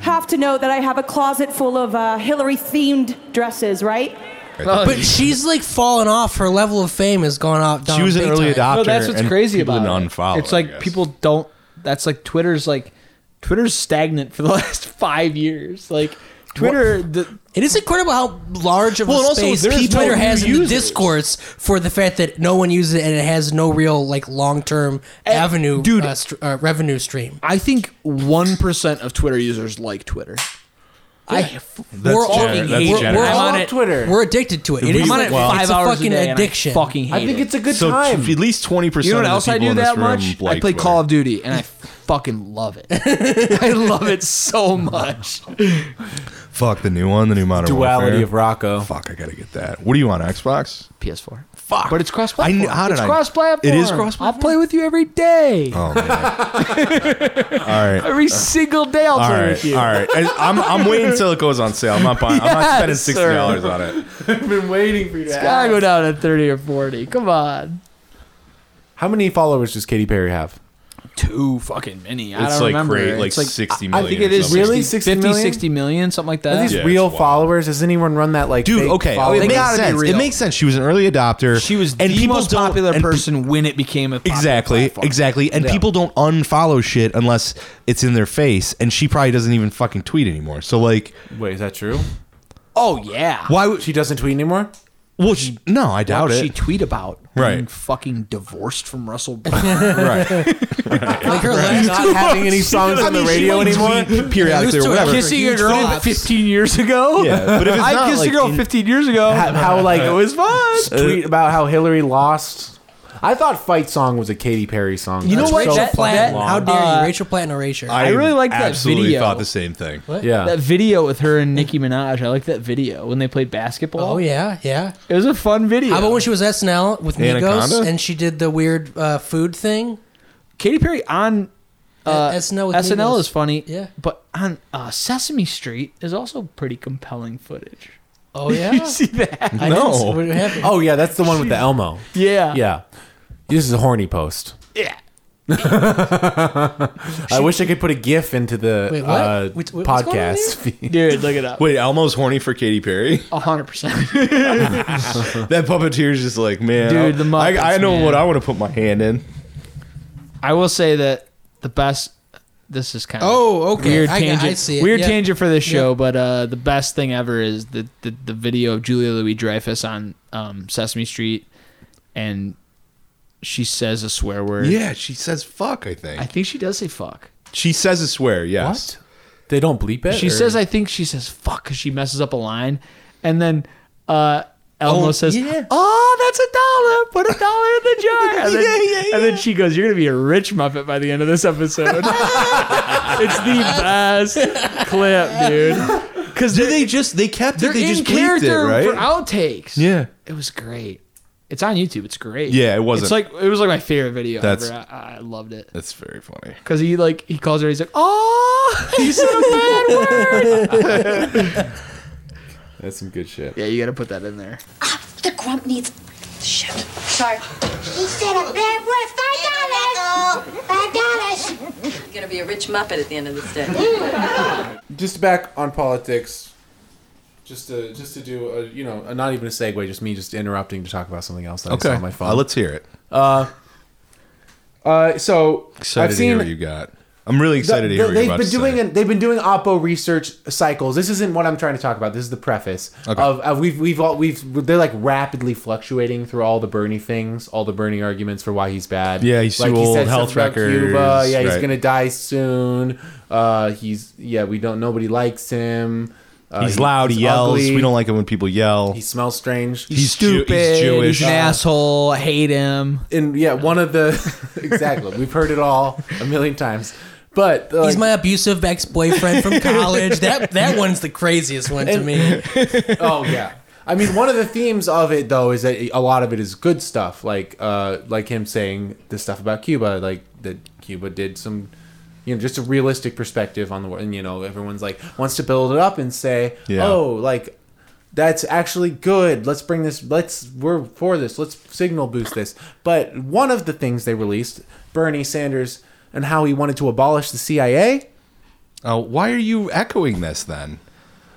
S9: have to know that I have a closet full of uh, Hillary themed dresses, right?
S1: But she's like fallen off. Her level of fame has gone off. Down
S4: Um,
S3: She was an
S1: big
S3: early
S1: time.
S3: adopter.
S4: No, that's what's
S3: and
S4: crazy
S3: people
S4: about
S3: didn't
S4: it.
S3: unfollow,
S4: it's
S3: I
S4: like
S3: guess.
S4: people don't. That's like Twitter's like Twitter's stagnant for the last five years. Like Twitter, the,
S1: It is incredible how large of
S4: Well,
S1: a
S4: and also,
S1: space
S4: there's
S1: P- Twitter
S4: no new
S1: has in
S4: users.
S1: the discourse for the fact that no one uses it and it has no real like long term avenue,
S4: dude.
S1: uh, str- uh, revenue stream.
S4: I think one percent of Twitter users like Twitter. I f-
S3: That's
S1: we're all,
S3: gener- that's
S1: we're, we're
S3: generous.
S1: all-
S4: I'm on it.
S2: Twitter.
S1: We're addicted to it. It is
S3: We-
S4: I'm on
S1: like
S4: it
S3: Well,
S4: five
S1: it's a
S4: hours
S1: fucking
S4: a day
S1: addiction.
S4: And I fucking hate
S2: I think
S4: it.
S2: it's a good
S3: So
S2: time.
S3: t- at least twenty percent.
S4: You know what
S3: of the
S4: else I
S3: people
S4: do
S3: in this
S4: that
S3: room
S4: much?
S3: like
S4: I play
S3: Twitter.
S4: Call of Duty and I fucking love it. I love it so much.
S3: Fuck the new one, the new Modern
S2: Duality
S3: Warfare.
S2: of Rocco.
S3: Fuck, I gotta get that. What do you on Xbox?
S4: PS4.
S3: Fuck,
S4: But it's cross
S3: I
S4: platform.
S3: kn- how did
S4: it's
S3: I-
S4: cross platform.
S3: It is cross-platform?
S4: I'll play with you every day.
S3: Oh man. all right.
S4: Every single day I'll
S3: All
S4: play
S3: right,
S4: with you.
S3: all right. I- I'm, I'm waiting until it goes on sale. I'm not buying. I'm not spending
S4: Yes,
S3: sixty dollars on it.
S4: It's gotta go down to 30 or 40. Come on.
S2: How many followers does Katy Perry have?
S4: Too fucking many. I
S3: It's
S4: don't
S3: like
S4: remember.
S3: great, like,
S4: it's like
S3: sixty
S2: I- I
S3: million.
S2: think
S3: or
S2: it is
S3: something.
S2: really
S4: 60,
S2: 60
S4: 50,
S2: million?
S4: 60 million, something like that.
S2: Are these
S3: Yeah,
S2: real
S3: it's wild.
S2: followers? Does anyone run that like?
S3: dude.
S2: fake
S3: Okay,
S2: follower
S3: it
S4: They
S3: makes
S4: gotta be
S3: sense. It
S4: real.
S3: makes sense. She was an early adopter.
S4: She was the
S3: people
S4: most
S3: don't-
S4: popular
S3: and
S4: person when it became a popular
S3: Exactly,
S4: platform.
S3: exactly. And people don't unfollow shit unless it's in their face, and she probably doesn't even fucking tweet anymore. So like,
S2: Wait, is that true?
S4: Oh yeah.
S3: why would
S2: She doesn't tweet anymore.
S3: Well, she, no, I doubt
S4: What
S3: it.
S4: she tweet about
S3: Right.
S4: being fucking divorced from Russell Brand?
S3: right.
S1: Like her last
S2: Not having any songs on the radio anymore.
S3: Periodically
S1: Who's
S3: or
S1: doing
S3: whatever.
S1: kissing? Huge drops.
S4: 15 years ago.
S3: Yeah, but if it's
S4: I
S3: not,
S4: kissed
S3: like,
S4: a girl
S3: in-
S4: 15 years ago.
S2: How, how like
S4: it was fun.
S2: tweet about how Hillary lost? I thought "Fight Song" was a Katy Perry song.
S1: You know
S2: That's
S1: what?
S2: so
S1: Rachel
S4: That-
S1: Platten.
S4: that-
S1: how dare
S4: uh,
S1: you? Rachel Platten erasure.
S4: I really liked that
S3: absolutely
S4: video.
S3: thought the same thing.
S2: Yeah.
S4: That video with her and Nicki Minaj. I like that video when they played basketball.
S1: oh yeah, yeah.
S4: It was a fun video.
S1: How about when she was SNL with Migos
S3: Anaconda?
S1: and she did the weird uh, food thing?
S4: Katy Perry on uh,
S1: Uh, SNL with
S4: SNL
S1: Migos.
S4: is funny.
S1: Yeah.
S4: But on uh, Sesame Street is also pretty compelling footage.
S1: Oh yeah.
S4: See that?
S1: I didn't see what happened.
S2: oh yeah, that's the one with the Elmo.
S4: Yeah.
S2: Yeah, this is a horny post.
S4: Yeah.
S2: I wish I could put a GIF into the
S1: Wait, what?
S2: uh,
S1: What's- what's going on
S2: podcast feed.
S4: Dude, look it up.
S3: Wait, Elmo's horny for Katy Perry.
S4: 100%.
S3: That puppeteer's just like, man,
S4: Dude, the Muppets,
S3: I, I know
S4: man.
S3: what I want to put my hand in.
S4: I will say that the best. This is kind of
S1: Oh, okay.
S4: weird
S1: I got- I
S4: tangent.
S1: see it.
S4: Weird
S1: Yeah.
S4: tangent for this show, but uh, the best thing ever is the, the the video of Julia Louis Dreyfus on um, Sesame Street, and she says a swear word.
S3: Yeah, she says fuck. I think
S4: I think she does say fuck.
S3: she says a swear. Yes.
S2: What? They don't bleep it.
S4: She
S2: or-
S4: says, I think she says fuck because she messes up a line, and then uh, Elmo
S1: Oh,
S4: says,
S1: yeah.
S4: "Oh, that's a dollar. Put a dollar in the jar." And then, and then she goes, "You're gonna be a rich muppet by the end of this episode." it's the best clip, dude. Because
S3: Did they just? They kept
S4: they're
S3: it. They
S4: in
S3: just bleeped it,
S4: character for
S3: right?
S4: outtakes.
S3: yeah.
S4: it was great. It's on YouTube. It's great.
S3: Yeah, it wasn't-
S4: It's like it was like my favorite video
S3: That's-
S4: ever. I, I loved it.
S3: That's very funny.
S4: Cause he like he calls her. He's like, "Oh, you said a bad word."
S2: that's some good shit.
S4: Yeah, you gotta put that in there.
S10: The grump needs. Shit. Sorry. He said a bad word. Five dollars. Five dollars.
S11: You're gonna be a rich muppet at the end of this day.
S2: Just back on politics. Just to just to do a, you know not even a segue, just me just interrupting to talk about something else that I saw on my phone.
S3: Uh, let's hear it.
S2: Uh, so
S3: Excited
S2: I've seen
S3: to hear what you got. I'm really
S2: the-
S3: excited to
S2: the-
S3: hear what you're
S2: they've
S3: about
S2: been
S3: to
S2: doing
S3: say.
S2: an, they've been doing oppo research cycles. This isn't what I'm trying to talk about. This is the preface
S3: Okay.
S2: of, of we've we've all we've they're like rapidly fluctuating through all the Bernie things, all the Bernie arguments for why he's bad.
S3: Yeah, he's
S2: like
S3: too
S2: he
S3: old,
S2: said
S3: health
S2: something about
S3: records,
S2: Cuba. Yeah, he's
S3: right.
S2: gonna die soon. Uh, he's yeah, we don't nobody likes him. Uh,
S3: He's
S2: he-
S3: loud. He
S2: he's
S3: yells.
S2: ugly.
S3: We don't like it when people yell.
S2: He smells strange.
S3: He's Jew- he's Jewish.
S4: an asshole. I hate him.
S2: and yeah, one of the exactly we've heard it all a million times. But uh,
S1: He's my abusive ex boyfriend from college. that that one's the craziest one to me.
S2: Oh yeah. I mean, one of the themes of it though is that a lot of it is good stuff, like uh, like him saying the stuff about Cuba, like that Cuba did some, you know, just a realistic perspective on the world, and you know, everyone's like wants to build it up and say,
S3: Yeah.
S2: oh, like that's actually good. Let's bring this. Let's we're for this. Let's signal boost this. But one of the things they released, Bernie Sanders and how he wanted to abolish the CIA.
S3: Uh, why are you echoing this then?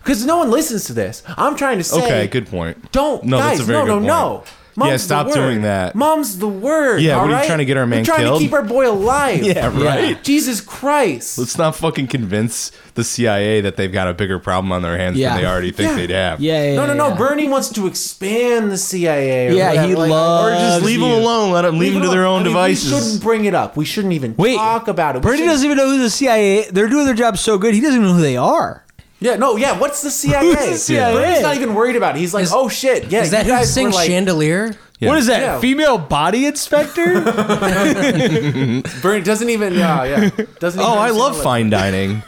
S2: Because no one listens to this. I'm trying to say.
S3: Okay, good point.
S2: Don't
S3: No,
S2: guys,
S3: that's a very
S2: no,
S3: good
S2: no, no.
S3: point.
S2: Mom's
S3: Yeah,
S2: the
S3: stop
S2: word.
S3: doing that.
S2: Mom's the word.
S3: Yeah,
S2: all
S3: what are you
S2: right?
S3: trying to get our man
S2: We're trying
S3: killed?
S2: to keep our boy alive.
S3: Yeah, right.
S2: Jesus Christ.
S3: Let's not fucking convince the CIA that they've got a bigger problem on their hands
S4: Yeah.
S3: than they already think
S2: Yeah.
S3: they'd have.
S4: Yeah, yeah
S2: no, no, no.
S4: yeah.
S2: Bernie wants to expand the CIA. or
S4: Yeah, he
S2: whatever,
S4: loves-
S2: or just
S3: Just leave them
S4: You-
S3: alone. Let them leave them to
S2: it
S3: their
S2: alone. I
S3: own
S2: mean,
S3: devices.
S2: We shouldn't bring it up. We shouldn't even
S4: Wait,
S2: talk about it. We
S4: Bernie
S2: shouldn't-
S4: doesn't even know who the CIA. They're doing their job so good. He doesn't even know who they are.
S2: Yeah, no, yeah. What's the CIA?
S4: Who's the CIA?
S2: Bernie's not even worried about it. He's like,
S1: Is-
S2: oh shit. Yeah,
S1: Is that
S2: you
S1: who
S2: guys were
S1: sings
S2: like,
S1: Chandelier?
S4: What is that?
S2: Yeah.
S4: Female body inspector?
S2: Bernie doesn't even. Yeah, yeah. Doesn't.
S3: Oh,
S2: even
S3: I
S2: understand
S3: love
S2: what-
S3: fine dining.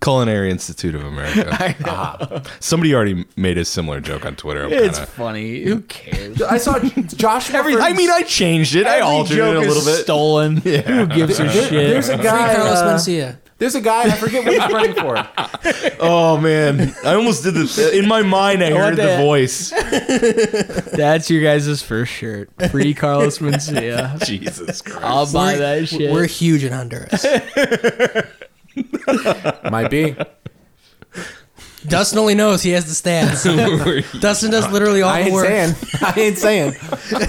S3: Culinary Institute of America. Ah. Somebody already made a similar joke on Twitter. I'm
S4: it's
S3: kinda-
S4: funny. Who cares?
S2: I saw Josh.
S3: I mean, I changed it. I altered it a little bit.
S4: stolen. Who gives a
S2: there's
S4: shit?
S2: a
S1: Free
S2: guy.
S1: Carlos
S2: uh,
S1: Mencia.
S2: There's a guy, and I forget what he's running for.
S3: Oh man, I almost did this. In my mind, I heard the
S4: that.
S3: voice.
S4: That's your guys' first shirt. Free Carlos Mencia.
S3: Jesus Christ.
S4: I'll buy
S1: We're-
S4: that shit.
S1: We're huge in Honduras.
S2: Might be.
S1: Dustin only knows he has the stats. Dustin does literally all
S2: I
S1: the
S2: ain't
S1: work.
S2: saying.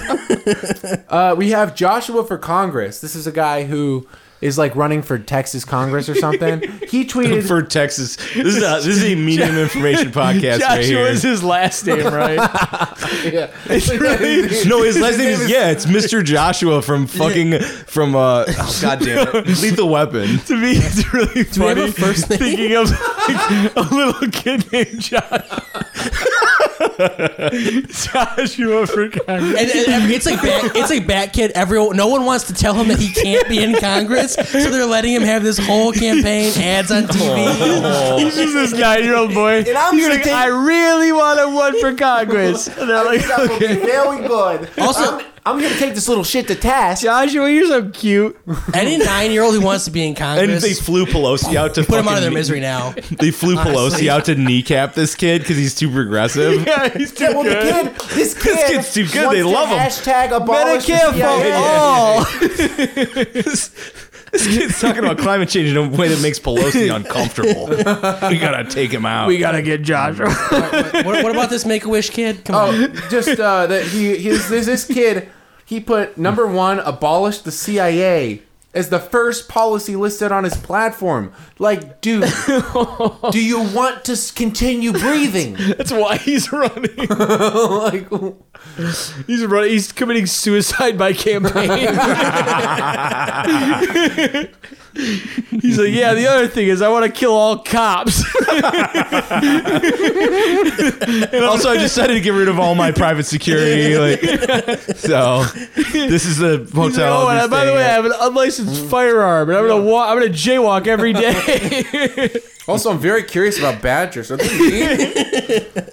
S2: I ain't saying. uh, we have Joshua for Congress. This is a guy who is like running for Texas Congress or something. He tweeted.
S3: For Texas, this is a, this is a medium information podcast right
S4: Joshua
S3: here.
S4: is his last name, right?
S2: yeah.
S3: no, his last name is yeah. It's Mr. Joshua from fucking from uh. Oh, God damn it, Lethal Weapon.
S4: to me, it's really
S1: we
S4: funny.
S1: have a first name?
S4: Thinking of like, a little kid named Josh. Joshua for Congress.
S1: And, and- and it's like bat, it's like Bat Kid. Everyone, no one wants to tell him that he can't be in Congress, so they're letting him have this whole campaign, ads on TV.
S4: He's just this nine-year-old boy.
S1: And I'm
S4: He's
S1: gonna
S4: like,
S1: take-
S4: I really want to run for Congress. And they're like,
S2: that will be
S4: okay.
S2: very good.
S1: Also-
S2: I'm, I'm gonna take this little shit to task.
S4: Joshua, you're so cute.
S1: Any nine-year-old who wants to be in
S3: And
S1: Congress,
S3: they flew Pelosi out to
S1: put him
S3: fucking
S1: out of their
S3: knee-
S1: misery now.
S3: They flew
S1: Honestly.
S3: Pelosi out to kneecap this kid because he's too progressive.
S4: Yeah, he's too
S2: Yeah, well, the
S4: good.
S2: kid, this
S3: This
S2: kid,
S3: kid's too good.
S2: wants
S3: They
S2: to
S3: love him.
S2: Hashtag abolish the
S4: Medicare Oh. for
S2: CIA.
S4: all.
S3: This kid's talking about climate change in a way that makes Pelosi uncomfortable. we gotta take him out.
S4: We gotta get Joshua.
S1: What, what about this Make a Wish kid? Come on.
S2: Oh, just uh, that he, he there's this kid. He put number one, abolish the CIA as the first policy listed on his platform. Like, dude, do you want to s- continue breathing?
S4: That's why he's running.
S2: like,
S4: He's running. He's committing suicide by campaign. he's like, yeah. The other thing is, I want to kill all cops.
S3: also, I decided to get rid of all my private security. Like, so this is the
S4: He's like,
S3: hotel.
S4: oh,
S3: I'll
S4: and
S3: be
S4: I- by the
S3: staying
S4: way, I
S3: at."
S4: have an unlicensed firearm, and I'm gonna walk. I'm gonna jaywalk every day.
S2: also, I'm very curious about Badgers. Are they mean?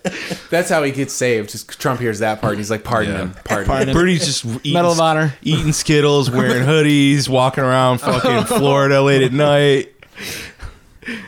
S2: That's how he gets saved. Just Trump hears that part, and he's like, "Pardon him, pardon, him."
S3: Bernie's just eating,
S4: Medal of Honor.
S3: eating Skittles, wearing hoodies, walking around fucking Florida late at night.
S1: It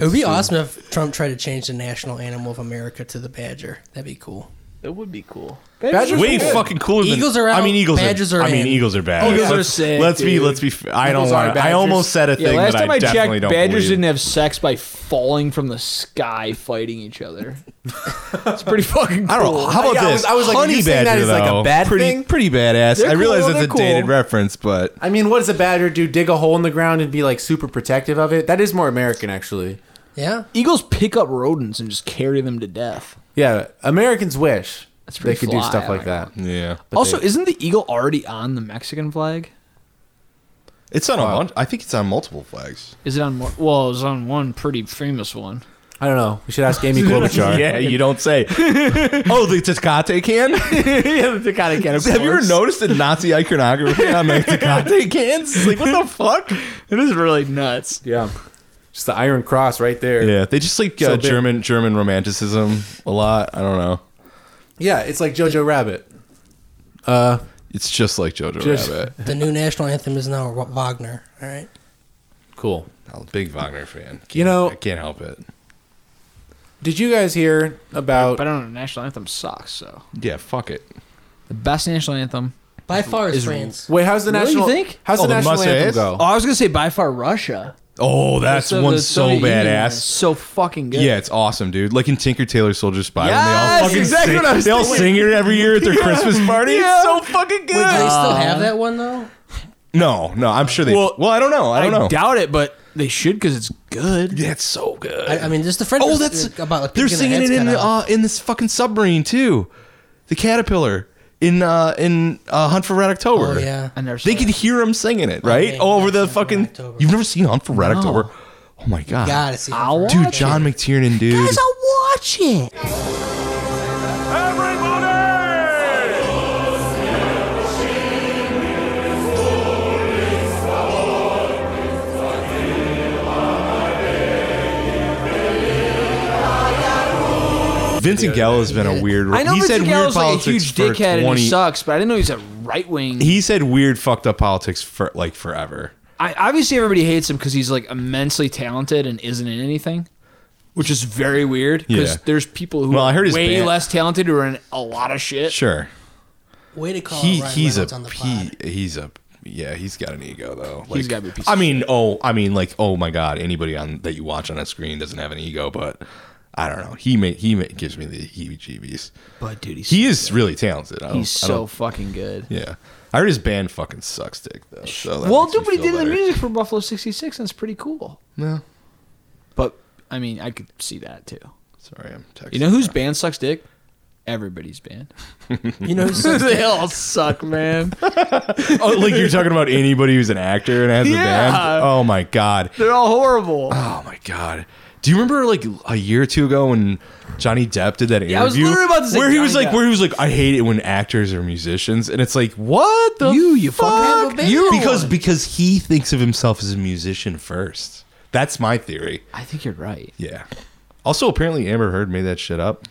S1: would be awesome if Trump tried to change the national animal of America to the badger. That'd be cool.
S4: That would be cool.
S2: Badgers
S3: Way
S2: are good.
S3: fucking cooler than
S1: Eagles are
S3: I
S1: out,
S3: mean, eagles
S1: badgers are
S3: I mean,
S1: in.
S3: eagles are bad.
S4: Eagles are
S3: let's,
S4: sick,
S3: Let's be.
S4: dude.
S3: Let's be. f- I don't
S2: Eagles are
S3: want. I
S2: badgers.
S3: almost said a
S4: Yeah,
S3: thing
S4: last
S3: that
S4: time
S3: I
S4: I
S3: definitely
S4: checked,
S3: don't
S4: badgers
S3: believe.
S4: didn't have sex by falling from the sky fighting each other. it's pretty fucking cool.
S3: I don't know. How about
S2: Yeah, I was-
S3: this?
S2: I was like,
S3: honey
S2: you saying
S3: badger
S2: that is like a
S3: though,
S2: bad
S3: pretty,
S2: thing?
S3: Pretty badass.
S4: They're
S3: I realize
S4: cool,
S3: that's a
S4: they're
S3: dated
S4: cool.
S3: reference, but
S2: I mean, what does a badger do? Dig a hole in the ground and be like super protective of it? That is more American, actually.
S1: Yeah.
S4: Eagles pick up rodents and just carry them to death.
S2: Yeah, Americans wish
S4: That's
S2: they
S4: pretty
S2: could do
S4: fly,
S2: stuff
S4: I
S2: like
S4: don't
S2: that.
S3: yeah,
S4: also,
S2: they-
S4: isn't the eagle already on the Mexican flag?
S3: it's on a bunch. I think it's on multiple flags.
S4: Is it on more? Well, it was on one pretty famous one.
S2: I don't know. We should ask Amy Klobuchar.
S3: Yeah, you don't say. oh, the Tecate can.
S4: yeah, the Tecate can.
S3: Have you ever noticed the Nazi iconography on the Tecate cans? It's like what the fuck?
S4: It is really nuts.
S2: Yeah. Just the Iron Cross right there.
S3: Yeah, they just like
S2: So
S3: uh,
S2: big.
S3: German German romanticism a lot. I don't know.
S2: Yeah, it's like Jojo Rabbit.
S3: It's just like Jojo
S2: Just-
S3: Rabbit.
S1: The new national anthem is now Wa- Wagner. All right.
S2: Cool.
S3: I'm a big Wagner fan. Can't,
S2: You know-
S3: I can't help it.
S2: Did you guys hear
S4: But I
S2: about
S4: don't know. National anthem sucks. So
S3: Yeah, fuck it.
S4: the best national anthem.
S1: By far is
S4: Israel.
S1: France.
S2: Wait, how's the
S4: Really, you
S2: national
S4: think?
S2: How's
S3: Oh,
S2: the
S3: the
S2: national anthem
S3: Marseillaise?
S2: go?
S4: Oh, I was gonna say by far Russia.
S3: Oh, that's
S4: The-
S3: one
S4: the
S3: so
S4: Soviet Union is
S3: badass.
S4: So fucking good.
S3: Yeah, it's awesome, dude. Like in Tinker Tailor Soldier Spy, when
S4: Yes,
S3: they all fucking
S4: exactly
S3: sing,
S4: what I was
S3: they all
S4: thinking.
S3: sing it every year at their Christmas party. It's so fucking
S1: Wait, do
S3: good.
S1: they still have
S4: Uh,
S1: that one though?
S3: No, no, I'm sure they.
S4: Well,
S3: Well, I don't know. I
S4: I,
S3: don't know.
S4: doubt it, but they should because it's good.
S3: Yeah, it's so good.
S1: I, I mean, just the French.
S3: oh,
S1: was,
S3: that's
S1: uh, about like
S3: they're
S1: peeking their
S3: singing
S1: heads
S3: it in
S1: cut
S3: the,
S1: off.
S3: uh, in this fucking submarine too, the caterpillar in uh, in uh, Hunt for Red October.
S1: Oh, yeah.
S4: I never saw
S3: they could
S4: that.
S3: hear him singing it right
S1: yeah,
S3: oh, over the
S1: Hunt for Red
S3: fucking.
S1: October.
S3: You've never seen Hunt for Red October? Oh my god,
S1: Gotta see.
S4: Owl?
S1: it.
S3: dude, John McTiernan, dude.
S4: I'll watch it.
S7: Everybody!
S3: Vincent Gell has been a weird.
S4: I know
S3: he's had
S4: Vince
S3: weird
S4: Gallo's like a
S3: politics
S4: huge
S3: for
S4: dickhead and
S3: 20
S4: he sucks, but I didn't know he's a right wing.
S3: He said weird, fucked up politics for like forever.
S4: I obviously everybody hates him because he's like immensely talented and isn't in anything, which is very weird. Because
S3: Yeah.
S4: there's people who
S3: Well, I
S4: are
S3: heard his
S4: way
S3: band-
S4: less talented who are in a lot of shit.
S3: Sure,
S1: Way to call.
S3: he
S1: Ryan
S3: he's
S1: Reynolds
S3: a
S1: on the
S3: he,
S1: pod.
S3: he's a yeah he's got an ego though. Like,
S4: He's gotta be a piece
S3: I
S4: of
S3: mean, oh, I mean, like, oh my god, anybody on that you watch on a screen doesn't have an ego, but I don't know. He may, he may, gives me the heebie-jeebies.
S4: But dude, he's
S3: He is really talented. I don't,
S4: he's
S3: I don't-
S4: so fucking good.
S3: yeah. I heard his band fucking sucks dick though. So that
S4: well,
S3: makes me
S4: dude, but he
S3: feel
S4: did the
S3: better.
S4: music for Buffalo '66, and it's pretty cool.
S3: No,
S4: But I mean, I could see that too.
S3: sorry, I'm texting.
S4: You know whose band sucks dick? Everybody's band.
S1: You know, so-
S4: they all suck, man.
S3: oh, like you're talking about anybody who's an actor and has a
S4: Yeah.
S3: band. Oh my god.
S4: They're all horrible.
S3: Oh my god. Do you remember like a year or two ago when Johnny Depp did that interview?
S4: Yeah, I was literally about to say
S3: where he was
S4: Johnny
S3: like,
S4: Depp.
S3: where he was like, I hate it when actors are musicians, and it's like, what the
S4: You, you
S3: fuck?
S4: fucking have a band. You-
S3: because because he thinks of himself as a musician first. That's my theory.
S4: I think you're right.
S3: Yeah. Also, apparently Amber Heard made that shit up.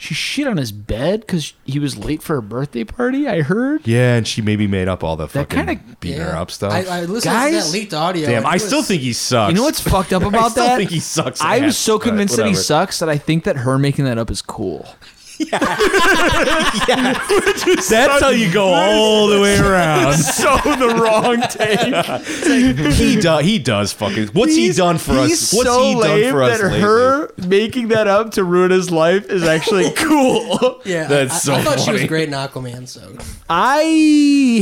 S4: She shit on his bed because he was late for her birthday party. I heard.
S3: Yeah, and she maybe made up all the
S4: That
S3: fucking
S4: kinda-
S3: beating her
S4: yeah.
S3: up stuff.
S1: I, I listened to that
S4: Guys?
S1: leaked audio.
S3: Damn,
S1: and
S3: I
S1: it
S3: still
S1: was-
S3: think he sucks.
S4: You know what's fucked up about
S3: I still
S4: that?
S3: think he sucks.
S4: I was
S3: ass,
S4: so
S3: but
S4: convinced that he
S3: whatever.
S4: sucks that I think that her making that up is cool.
S3: That's how you go all the way around. so the wrong take. he does. He does fucking. What's he
S4: He's-
S3: done for us?
S4: he's
S3: What's
S4: so
S3: he done
S4: lame
S3: for us?
S4: that
S3: lately?
S4: her making that up to ruin his life is actually cool.
S1: Yeah,
S3: That's
S1: I,
S3: so
S1: I thought she was
S3: funny.
S1: great in Aquaman. So
S4: I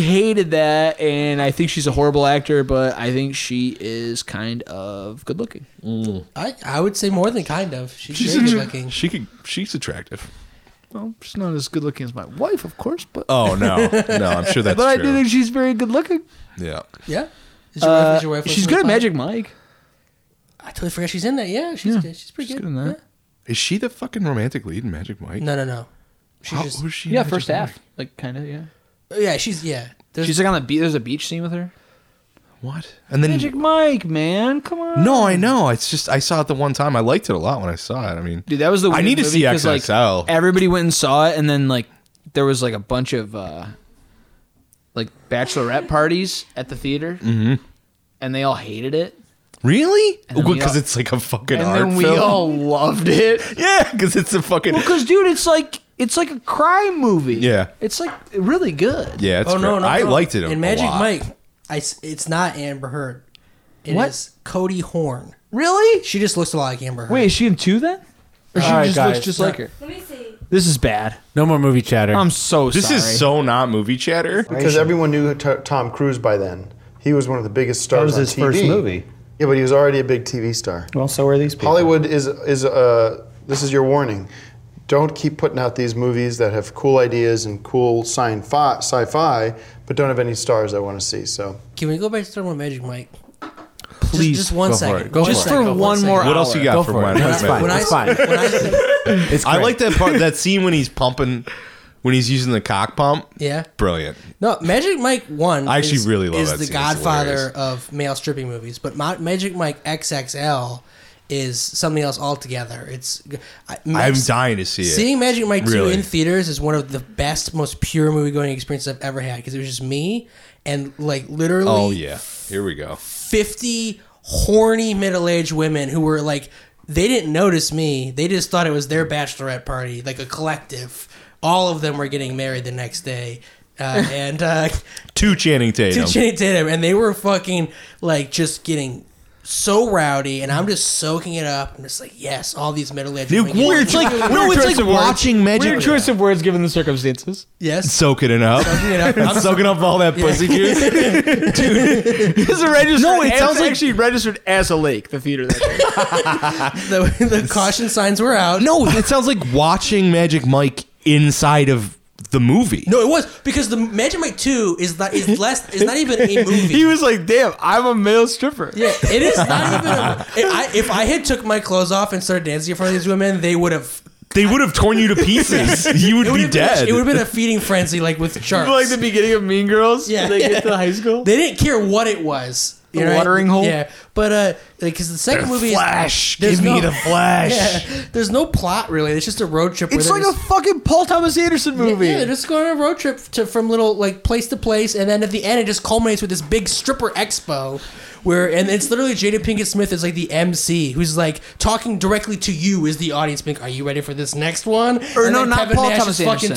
S4: hated that, and I think she's a horrible actor, but I think she is kind of good looking.
S1: I, I would say more than kind of. She's,
S3: She's
S1: very
S3: att-
S1: good looking.
S3: She could. She's attractive.
S4: Well, she's not as good looking as my wife, of course, but
S3: Oh no, no. I'm sure that's
S4: but I
S3: true.
S4: do think she's very good looking.
S3: yeah.
S1: Yeah. Is your
S4: Uh,
S1: wife, is your wife
S4: she's
S1: listening to
S4: good at
S1: the pod-
S4: Magic Mike.
S1: I totally forgot she's in that. Yeah, she's
S4: Yeah,
S1: good. She's pretty
S4: she's
S1: good.
S4: good in that.
S3: Is she the fucking romantic lead in Magic Mike?
S1: Yeah. No, no, no. She's
S3: How-
S1: just
S3: who's she in
S4: Yeah,
S3: Magic
S4: first
S3: Mike?
S4: half, like kind of yeah.
S1: yeah. She's yeah. There's,
S4: She's like on the beach. There's a beach scene with her.
S3: What? And then
S4: Magic Mike, man, come on.
S3: no, I know. It's just I saw it the one time. I liked it a lot when I saw it. I mean,
S4: Dude, that was the.
S3: I
S4: Weird
S3: need to
S4: movie
S3: see
S4: 'cause, like, e-
S3: XXL.
S4: everybody went and saw it, and then like there was like a bunch of uh like bachelorette parties at the theater,
S3: Mm-hmm.
S4: and they all hated it,
S3: really?
S4: And then we
S3: Because
S4: all-
S3: it's like a fucking
S4: and
S3: art
S4: then we
S3: film.
S4: all loved it.
S3: yeah, because it's a fucking.
S4: Well, because dude, it's like it's like a crime movie.
S3: Yeah.
S4: it's like really good.
S3: yeah, it's
S1: oh no,
S3: great.
S1: no,
S3: I
S1: no.
S3: liked it. a-
S1: in
S3: a
S1: Magic
S3: lot.
S1: Mike. I s it's not Amber Heard. It is
S4: What?
S1: Cody Horn.
S4: Really?
S1: She just looks a lot like Amber Heard.
S4: Wait, is she in two then? Or she
S2: All right,
S4: just
S2: guys.
S4: looks just like her.
S9: Let me see.
S4: This is bad.
S2: No more movie chatter.
S4: I'm so
S3: This
S4: sorry.
S3: is so not movie chatter.
S12: Because everyone knew T- Tom Cruise by then. He was one of the biggest stars.
S10: was
S12: on
S10: his
S12: TV.
S10: first movie.
S12: Yeah, but he was already a big TV star.
S10: Well, so are these people.
S12: Hollywood is is uh, this is your warning. Don't keep putting out these movies that have cool ideas and cool sci-fi, sci-fi, but don't have any stars I want to see. So
S1: Can we go back to talking about Magic Mike?
S4: Please,
S1: just, just one
S3: go for
S1: second.
S3: it. Go
S1: just
S3: for
S4: it. Go for one more
S3: What else you got
S2: Go
S3: for
S2: for
S3: my
S2: it. That's
S3: my-
S2: fine.
S1: When I,
S2: It's fine.
S1: when I think,
S2: It's
S3: I
S2: great.
S3: like that part. That scene when he's pumping, when he's using the cock pump.
S1: yeah.
S3: Brilliant.
S1: No, Magic Mike one.
S3: I actually
S1: is,
S3: really love
S1: is
S3: that
S1: the
S3: scene. It's
S1: Godfather
S3: hilarious.
S1: of male stripping movies, but Ma- Magic Mike XXL is something else altogether. It's I,
S3: I'm
S1: Max-
S3: dying to see it.
S1: Seeing Magic Mike
S3: Really.
S1: 2 in theaters is one of the best, most pure movie going experiences I've ever had because it was just me and like literally
S3: oh yeah, here we go.
S1: 50 horny middle aged women who were like, they didn't notice me. They just thought it was their bachelorette party, like a collective. All of them were getting married the next day. Uh, and uh,
S3: Two Channing Tatum.
S1: to Channing Tatum, and they were fucking like just getting so rowdy, and I'm just soaking it up. I'm just like, yes, all these middle aged
S3: Dude, weird-
S4: It's like
S3: No,
S4: weird
S3: it's
S4: choice
S3: like
S4: of words.
S3: watching Magic-
S4: Weird choice of words given the circumstances.
S1: yes,
S3: Soaking it up.
S1: soaking it up. I'm
S3: Soaking up all that pussy juice.
S4: It's a registered.
S3: No, it
S4: it's
S3: sounds like-
S4: actually registered as a lake. The theater. That day.
S1: the, the caution signs were out.
S3: No, it sounds like watching Magic Mike inside of the movie.
S1: no, it was because the Magic Mike Two is not is less is not even a movie.
S4: he was like, "Damn, I'm a male stripper."
S1: yeah, it is not even. A, if, I, if I had took my clothes off and started dancing in front of these women, they would have.
S3: They would have torn you to pieces. you would
S1: it
S3: be
S1: would've been a-
S3: dead.
S1: it would have been a feeding frenzy, like with sharks.
S4: Like the beginning of Mean Girls.
S1: Yeah.
S4: Yeah. They get to high school.
S1: They didn't care what it was.
S4: The watering hole?
S1: Yeah, but uh, because the second movie,
S3: Flash,
S1: is, there's
S3: give me
S1: no-
S3: the flash.
S1: Yeah, there's no plot really. It's just a road trip.
S4: It's
S1: where
S4: like
S1: they're
S4: a fucking Paul Thomas Anderson
S1: just-
S4: movie.
S1: Yeah, they're just going on a road trip to from little like place to place, and then at the end, it just culminates with this big stripper expo, where and it's literally Jada Pinkett Smith is like the MC who's like talking directly to you as the audience, being, "Are you ready for this next one?"
S4: Or
S1: and
S4: no,
S1: then
S4: not
S1: Kevin
S4: Paul
S1: Nash
S4: Thomas
S1: is fucking
S4: Anderson.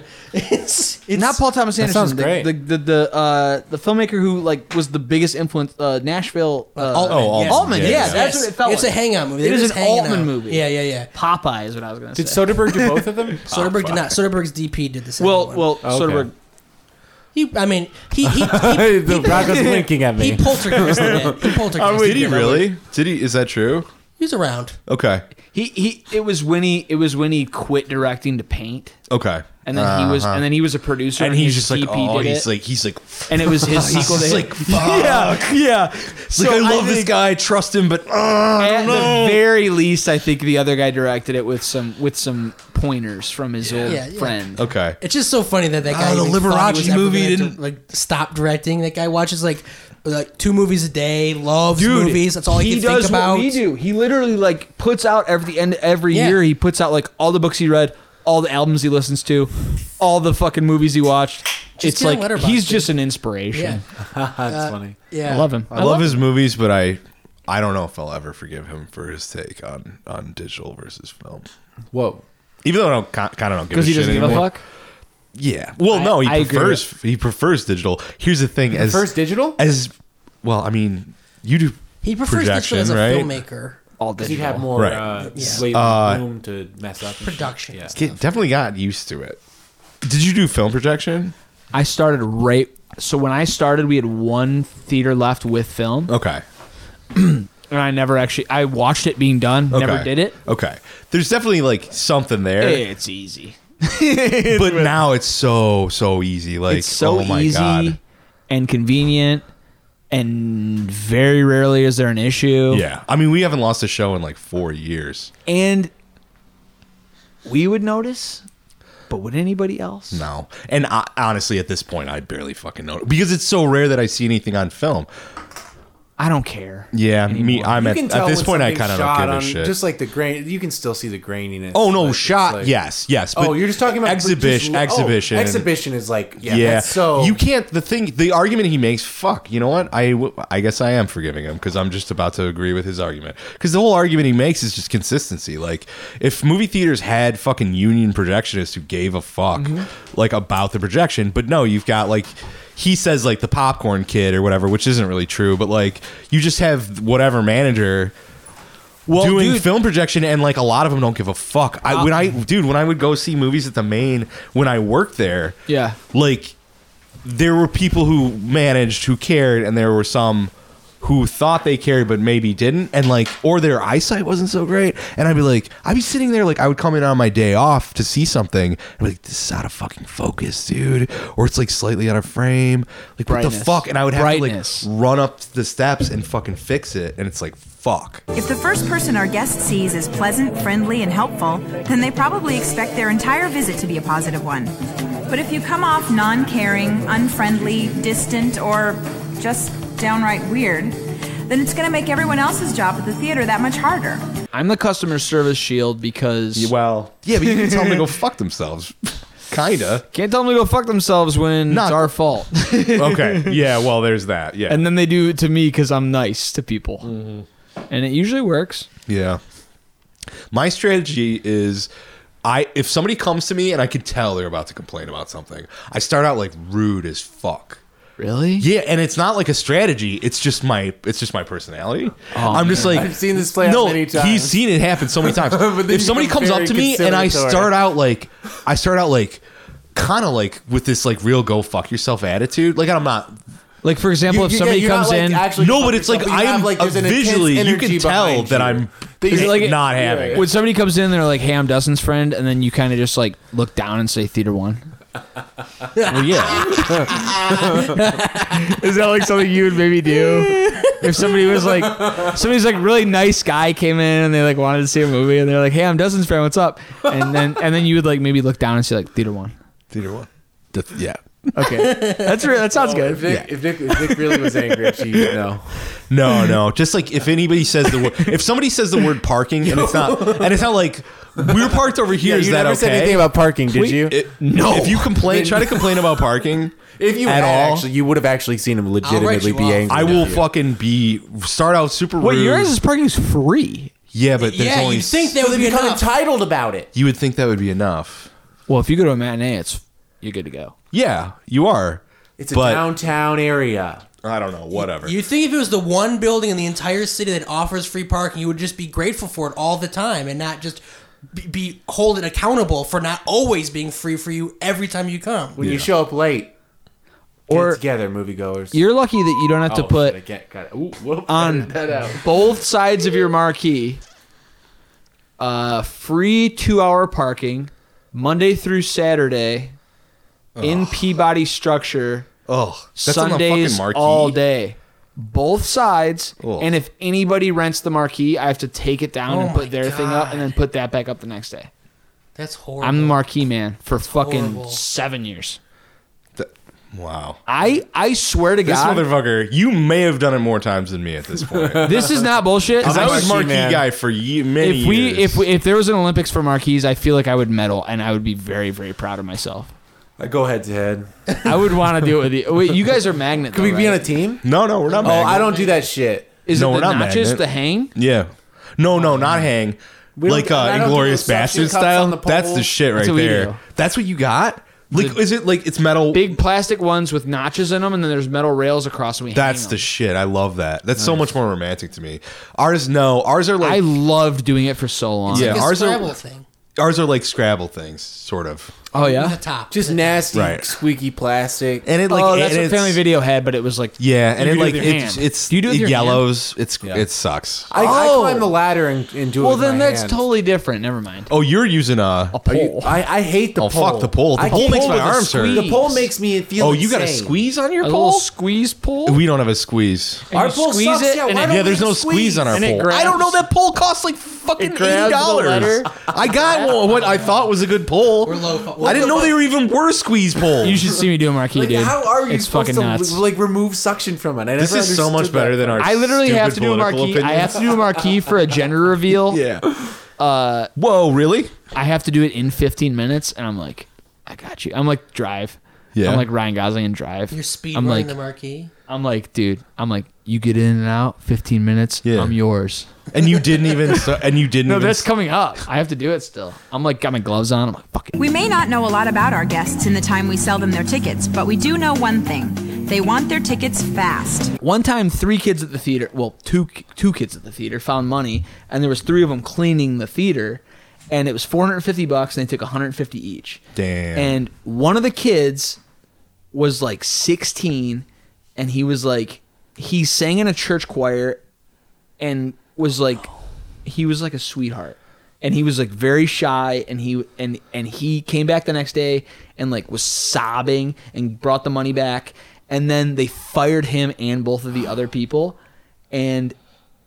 S1: Tarzan. It's, it's
S4: Not Paul Thomas Anderson.
S2: sounds
S4: the-
S2: great.
S4: The the the, uh, the filmmaker who like was the biggest influence. Uh, Nashville. Uh,
S1: Altman.
S3: Oh,
S1: yes.
S4: Altman, yeah,
S1: Yes,
S4: that's
S1: yes.
S4: what it felt
S1: It's
S4: like.
S1: a hangout movie.
S4: It
S1: They're
S4: is
S1: just
S4: an
S1: hanging
S4: Altman
S1: out.
S4: movie. Ah,
S1: Yeah, yeah, yeah.
S4: Popeye is what I was gonna
S2: Did
S4: say.
S2: Soderbergh do both of them?
S1: Soderbergh did not. Soderbergh's DP did the second
S4: well,
S1: one.
S4: well,
S2: Okay.
S4: Soderbergh.
S1: he, I mean, he, he, he,
S2: the rock is winking at
S1: he
S2: me.
S1: poltergeisted it. He poltergeisted
S3: Did he
S1: it.
S3: really? Did he? Is that true?
S1: He's around.
S3: Okay.
S4: He he. It was when he it was when he quit directing to paint,
S3: Okay.
S4: and then he was
S3: Uh-huh.
S4: and then he was a producer,
S3: and he's
S4: his
S3: just like,
S4: DP
S3: oh,
S4: did
S3: he's
S4: it.
S3: like, he's like,
S4: And it was his
S3: he's
S4: sequel to
S3: just
S4: hit.
S3: like, fuck.
S4: Yeah, yeah.
S3: It's like, I love this guy, trust him, but uh, I
S4: at
S3: don't know.
S4: the very least, I think the other guy directed it with some with some pointers from his old
S1: Yeah, yeah.
S4: friend.
S3: okay.
S1: It's just so funny that that guy.
S3: Ah, the
S1: even thought he was
S3: Liberace
S1: ever
S3: movie
S1: gonna
S3: didn't-
S1: di- like stop directing. That guy watches like like two movies a day. Loves movies. That's all he, can
S4: does
S1: think about.
S4: What we do. He literally like puts out every the end of every
S1: Yeah.
S4: year. He puts out like all the books he read, all the albums he listens to, all the fucking movies he watched. it's
S1: get on
S4: like
S1: Letterboxd,
S4: he's
S1: dude.
S4: just an inspiration.
S1: That's
S2: uh,
S1: funny. Yeah,
S4: I love him.
S3: I, love, his movies, but I, I don't know if I'll ever forgive him for his take on on digital versus film.
S2: Whoa.
S3: Even though I don't kind of don't give a
S4: because he
S3: shit
S4: doesn't give a
S3: anymore.
S4: fuck.
S3: Yeah. Well, no, he
S4: I agree
S3: prefers he prefers digital. Here's the thing: as
S2: prefers digital?
S3: as well, I mean, you do
S1: He prefers
S3: projection,
S1: digital as a
S3: right?
S1: filmmaker.
S4: All
S2: Because you have
S4: digital.
S2: more
S3: Right.
S2: uh,
S1: Yeah.
S2: way-
S3: Uh,
S2: room to mess up. and shit.
S1: Production.
S2: Yeah.
S3: Get, definitely got used to it. Did you do film projection?
S4: I started right. So when I started, we had one theater left with film,
S3: Okay.
S4: and I never actually. I watched it being done.
S3: okay.
S4: Never did it.
S3: Okay. There's definitely like something there.
S4: It's easy.
S3: but now it's so so easy. Like
S4: it's so
S3: oh my
S4: easy
S3: god.
S4: and convenient, and very rarely is there an issue.
S3: Yeah. I mean, we haven't lost a show in like four years.
S4: and we would notice, but would anybody else?
S3: No. And I, honestly, at this point, I barely fucking know because it's so rare that I see anything on film.
S4: I don't care.
S3: Yeah, me. I'm
S2: You
S3: at,
S2: can
S3: at
S2: tell
S3: this
S2: when
S3: point. I kind
S2: something's
S3: of
S2: shot
S3: don't give a
S2: on-
S3: shit.
S2: Just like the grain, you can still see the graininess.
S3: oh no,
S2: but it's
S3: shot.
S2: like-
S3: yes, yes.
S2: oh, you're just talking about
S3: exhibition.
S2: just- oh,
S3: exhibition.
S2: exhibition is like yeah.
S3: Yeah.
S2: that's so
S3: you can't. The thing. The argument he makes. Fuck. You know what? I. w- I guess I am forgiving him because I'm just about to agree with his argument. Because the whole argument he makes is just consistency. Like, if movie theaters had fucking union projectionists who gave a fuck, like about the projection, but no, you've got like. He says like the popcorn kid or whatever, which isn't really true, but like you just have whatever manager doing
S4: dude-
S3: film projection and like a lot of them don't give a fuck. I when
S4: Uh,
S3: I dude when I would go see movies at the main when I worked there,
S4: Yeah.
S3: like there were people who managed who cared and there were some who thought they cared but maybe didn't and like or their eyesight wasn't so great and I'd be like I'd be sitting there like I would come in on my day off to see something and be like this is out of fucking focus dude or it's like slightly out of frame like what the
S4: Brightness.
S3: fuck and I would have
S4: Brightness.
S3: to like run up the steps and fucking fix it and it's like fuck
S10: If the first person our guest sees is pleasant, friendly, and helpful, then they probably expect their entire visit to be a positive one. But if you come off non caring, unfriendly, distant, or just downright weird, then it's going to make everyone else's job at the theater that much harder.
S4: I'm the customer service shield because
S3: well yeah but you can tell them to go fuck themselves kinda
S4: can't tell them to go fuck themselves when
S3: Not-
S4: it's our fault.
S3: okay yeah well there's that yeah
S4: and then they do it to me because I'm nice to people,
S3: Mm-hmm.
S4: and it usually works.
S3: Yeah. My strategy is I if somebody comes to me and I can tell they're about to complain about something, I start out like rude as fuck.
S4: Really?
S3: Yeah, and it's not like a strategy. It's just my it's just my personality. I'm just like
S2: Oh, I've seen this play out
S3: no,
S2: many times.
S3: He's seen it happen so many times.
S2: But then
S3: if
S2: you
S3: somebody
S2: get
S3: comes up
S2: very
S3: to me and I
S2: conciliatory.
S3: start out like I start out like kind of like with this like real go fuck yourself attitude, like I'm not
S4: Like for example,
S2: You-
S4: if
S2: you-
S4: somebody
S2: you're not,
S4: comes
S2: like,
S4: in,
S2: actually
S3: No, but
S2: fuck
S3: it's like
S2: yourself, but
S3: I
S2: you have,
S3: am
S2: like, there's an intense
S3: visually you can
S2: energy
S3: tell
S2: behind
S3: that
S2: you.
S3: I'm
S2: That you-
S3: like
S2: Yeah,
S3: not
S2: yeah,
S3: having. it.
S4: when somebody comes in, they're like, "Hey, I'm Dustin's friend," and then you kind of just like look down and say theater one.
S3: Well, yeah.
S4: Is that like something you would maybe do? If somebody was like, somebody's like really nice guy came in and they like wanted to see a movie and they're like, "Hey, I'm Dustin's friend. What's up?" And then and then you would like maybe look down and say like theater one.
S3: Theater one. That's- yeah.
S4: Okay, that's real. That sounds
S2: If
S4: good.
S2: Vic, if, Vic, if Vic really was angry, she would know.
S3: No, no. Just like if anybody says the word, if somebody says the word parking, and it's not, and it's not like we're parked over here.
S2: Yeah,
S3: Is
S2: you
S3: that
S2: never
S3: okay?
S2: said anything about parking, did
S3: We-
S2: you?
S3: it-
S2: No.
S3: If you complain, try to complain about parking.
S2: If you
S3: at
S2: had
S3: all,
S2: actually, you would have actually seen him legitimately
S1: you
S2: be
S1: off.
S2: angry.
S3: I
S2: with
S3: will
S2: you.
S3: fucking be start out super rude.
S4: Wait, yours is parking is free.
S3: yeah, but there's
S1: yeah,
S3: only
S1: you think
S3: s-
S1: that would be
S2: Become
S1: enough.
S2: entitled about it.
S3: you would think that would be enough.
S4: Well, if you go to a matinee, it's you're good to go.
S3: Yeah, you are.
S2: It's a
S3: but
S2: downtown area.
S3: I don't know. Whatever.
S1: You think if it was the one building in the entire city that offers free parking, you would just be grateful for it all the time and not just be, be hold it accountable for not always being free for you every time you come.
S2: When you show up late, get
S4: Or-
S2: it together, moviegoers.
S4: You're lucky that you don't have to
S2: Oh, shit, I
S4: put
S2: can't cut it. Ooh, whoop,
S4: on
S2: edit that out.
S4: both sides of your marquee uh, free two-hour parking Monday through Saturday in Peabody Structure.
S3: Oh, that's on the fucking
S4: Sundays
S3: marquee.
S4: all day, both sides.
S3: Ugh.
S4: And if anybody rents the marquee, I have to take it down
S1: Oh
S4: and
S1: my
S4: put their thing up, and then put that back up the next day.
S1: That's horrible.
S4: I'm the marquee man for fucking
S1: horrible.
S4: seven years.
S3: Wow.
S4: I I swear to
S3: This
S4: God,
S3: motherfucker, you may have done it more times than me at this point.
S4: This is not bullshit.
S3: Because I
S4: I'm a
S3: was
S4: marquee
S3: marquee
S4: man.
S3: guy for ye- many
S4: if we
S3: years.
S4: if we, if there was an Olympics for marquees, I feel like I would medal, and I would be very very proud of myself.
S2: I go head to head.
S4: I would want to do it with you. Wait, you guys are magnet.
S2: Could
S4: though,
S2: we be
S4: right?
S2: on a team?
S3: No, no, we're not.
S2: Oh, I don't do that shit.
S4: Is
S3: no,
S4: it
S3: we're
S4: the
S3: not
S4: notches,
S3: magnet.
S4: the hang?
S3: Yeah. No, no, not hang.
S4: We don't
S3: Like
S4: do-
S3: uh,
S4: I don't do
S3: Inglorious
S4: those suction
S3: Bastard
S4: cups
S3: style.
S4: on the
S3: That's the
S4: poles.
S3: shit right
S4: That's what we do.
S3: there. That's what you got? Like, is it like it's metal?
S4: Big plastic ones with notches in them, and then there's metal rails across them. We
S3: That's the shit. I love that. That's so much more romantic to me. Ours, no. Ours are like. I
S4: loved doing it for so long.
S3: Yeah,
S1: Like a
S3: ours
S1: Scrabble
S3: are.
S1: thing.
S3: Ours are like Scrabble things, sort of.
S4: Oh yeah,
S1: the top.
S2: Just nasty,
S3: Right.
S2: squeaky plastic.
S3: And it like
S4: oh,
S3: and
S4: that's what
S3: it's-
S4: Family Video had, but it was like
S3: Yeah, and
S4: you
S3: it
S4: do
S3: like
S4: with your
S3: it's
S4: hand.
S3: it's
S4: Do you do it with your hand?
S3: yellows. It's it sucks.
S2: I,
S4: Oh.
S2: I climb the ladder and, and do it.
S4: Well,
S2: with
S4: then
S2: my
S4: that's
S2: hand.
S4: totally different. Never mind.
S3: Oh, you're using a,
S4: a pole.
S2: I, I hate the
S3: Oh,
S2: pole.
S3: fuck the pole. The
S2: I
S3: pole
S2: can't-
S3: makes my
S2: with a
S3: arms hurt.
S2: squeeze. The pole makes me feel.
S3: Oh, you got a
S2: insane.
S3: squeeze on your
S4: A little squeeze pole.
S3: We don't have a squeeze.
S4: And you
S2: pole
S4: squeeze
S2: sucks,
S4: it,
S2: yeah,
S4: and
S2: why
S4: it-
S2: don't
S3: Yeah, there's
S2: we
S3: no
S2: just
S3: squeeze on our
S4: And it
S3: pole.
S4: grabs-
S3: I don't know. That pole costs like fucking eighty
S4: grabs the
S3: dollars.
S4: letter.
S3: I got one, what I thought was a good pole. We're
S1: low.
S3: I didn't know they were even worse squeeze poles.
S4: You should see me do a marquee,
S2: Like,
S4: dude.
S2: how are you
S4: it's
S2: supposed
S4: fucking
S2: to
S4: nuts.
S2: like remove suction from it? I
S3: This
S2: never
S3: is so
S2: understood
S3: much better
S2: that.
S3: than our.
S4: I literally have to
S3: stupid
S4: do a
S3: political
S4: marquee. I
S3: opinions.
S4: have to do a marquee for a gender reveal.
S3: Yeah.
S4: Uh,
S3: Whoa, really?
S4: I have to do it in 15 minutes, and I'm like, I got you. I'm like, drive.
S3: Yeah.
S4: I'm like Ryan Gosling in Drive.
S1: You're speed
S4: I'm
S1: running
S4: like,
S1: the marquee.
S4: I'm like, dude. I'm like, you get in and out. 15 minutes.
S3: Yeah.
S4: I'm yours.
S3: And you didn't even. so- And you didn't.
S4: No,
S3: even
S4: that's coming up. I have to do it still. I'm like, got my gloves on. I'm like, fuck it.
S13: We may not know a lot about our guests in the time we sell them their tickets, but we do know one thing they want their tickets fast.
S4: One time, three kids at the theater, well, two two kids at the theater found money, and there was three of them cleaning the theater, and it was 450 bucks, and they took 150 each.
S3: Damn.
S4: And one of the kids was like 16, and he was like, he sang in a church choir, and was like, he was like a sweetheart, and he was like very shy, and he and and he came back the next day and like was sobbing and brought the money back, and then they fired him and both of the other people, and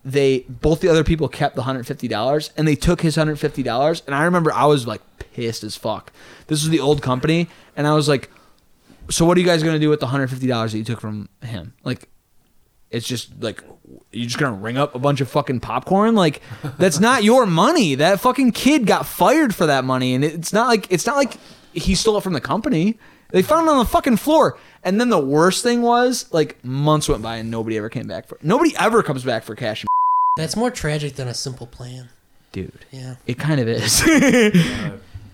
S4: they both the other people kept the hundred fifty dollars and they took his hundred fifty dollars and I remember I was like pissed as fuck. This was the old company and I was like, so what are you guys gonna do with the hundred fifty dollars that you took from him? Like, it's just like you're just gonna ring up a bunch of fucking popcorn. Like that's not your money. That fucking kid got fired for that money and it's not like it's not like he stole it from the company. They found it on the fucking floor. And then the worst thing was like months went by and nobody ever came back for nobody ever comes back for cash.
S1: That's more tragic than a simple plan.
S4: dude.
S1: Yeah.
S4: It kind of is.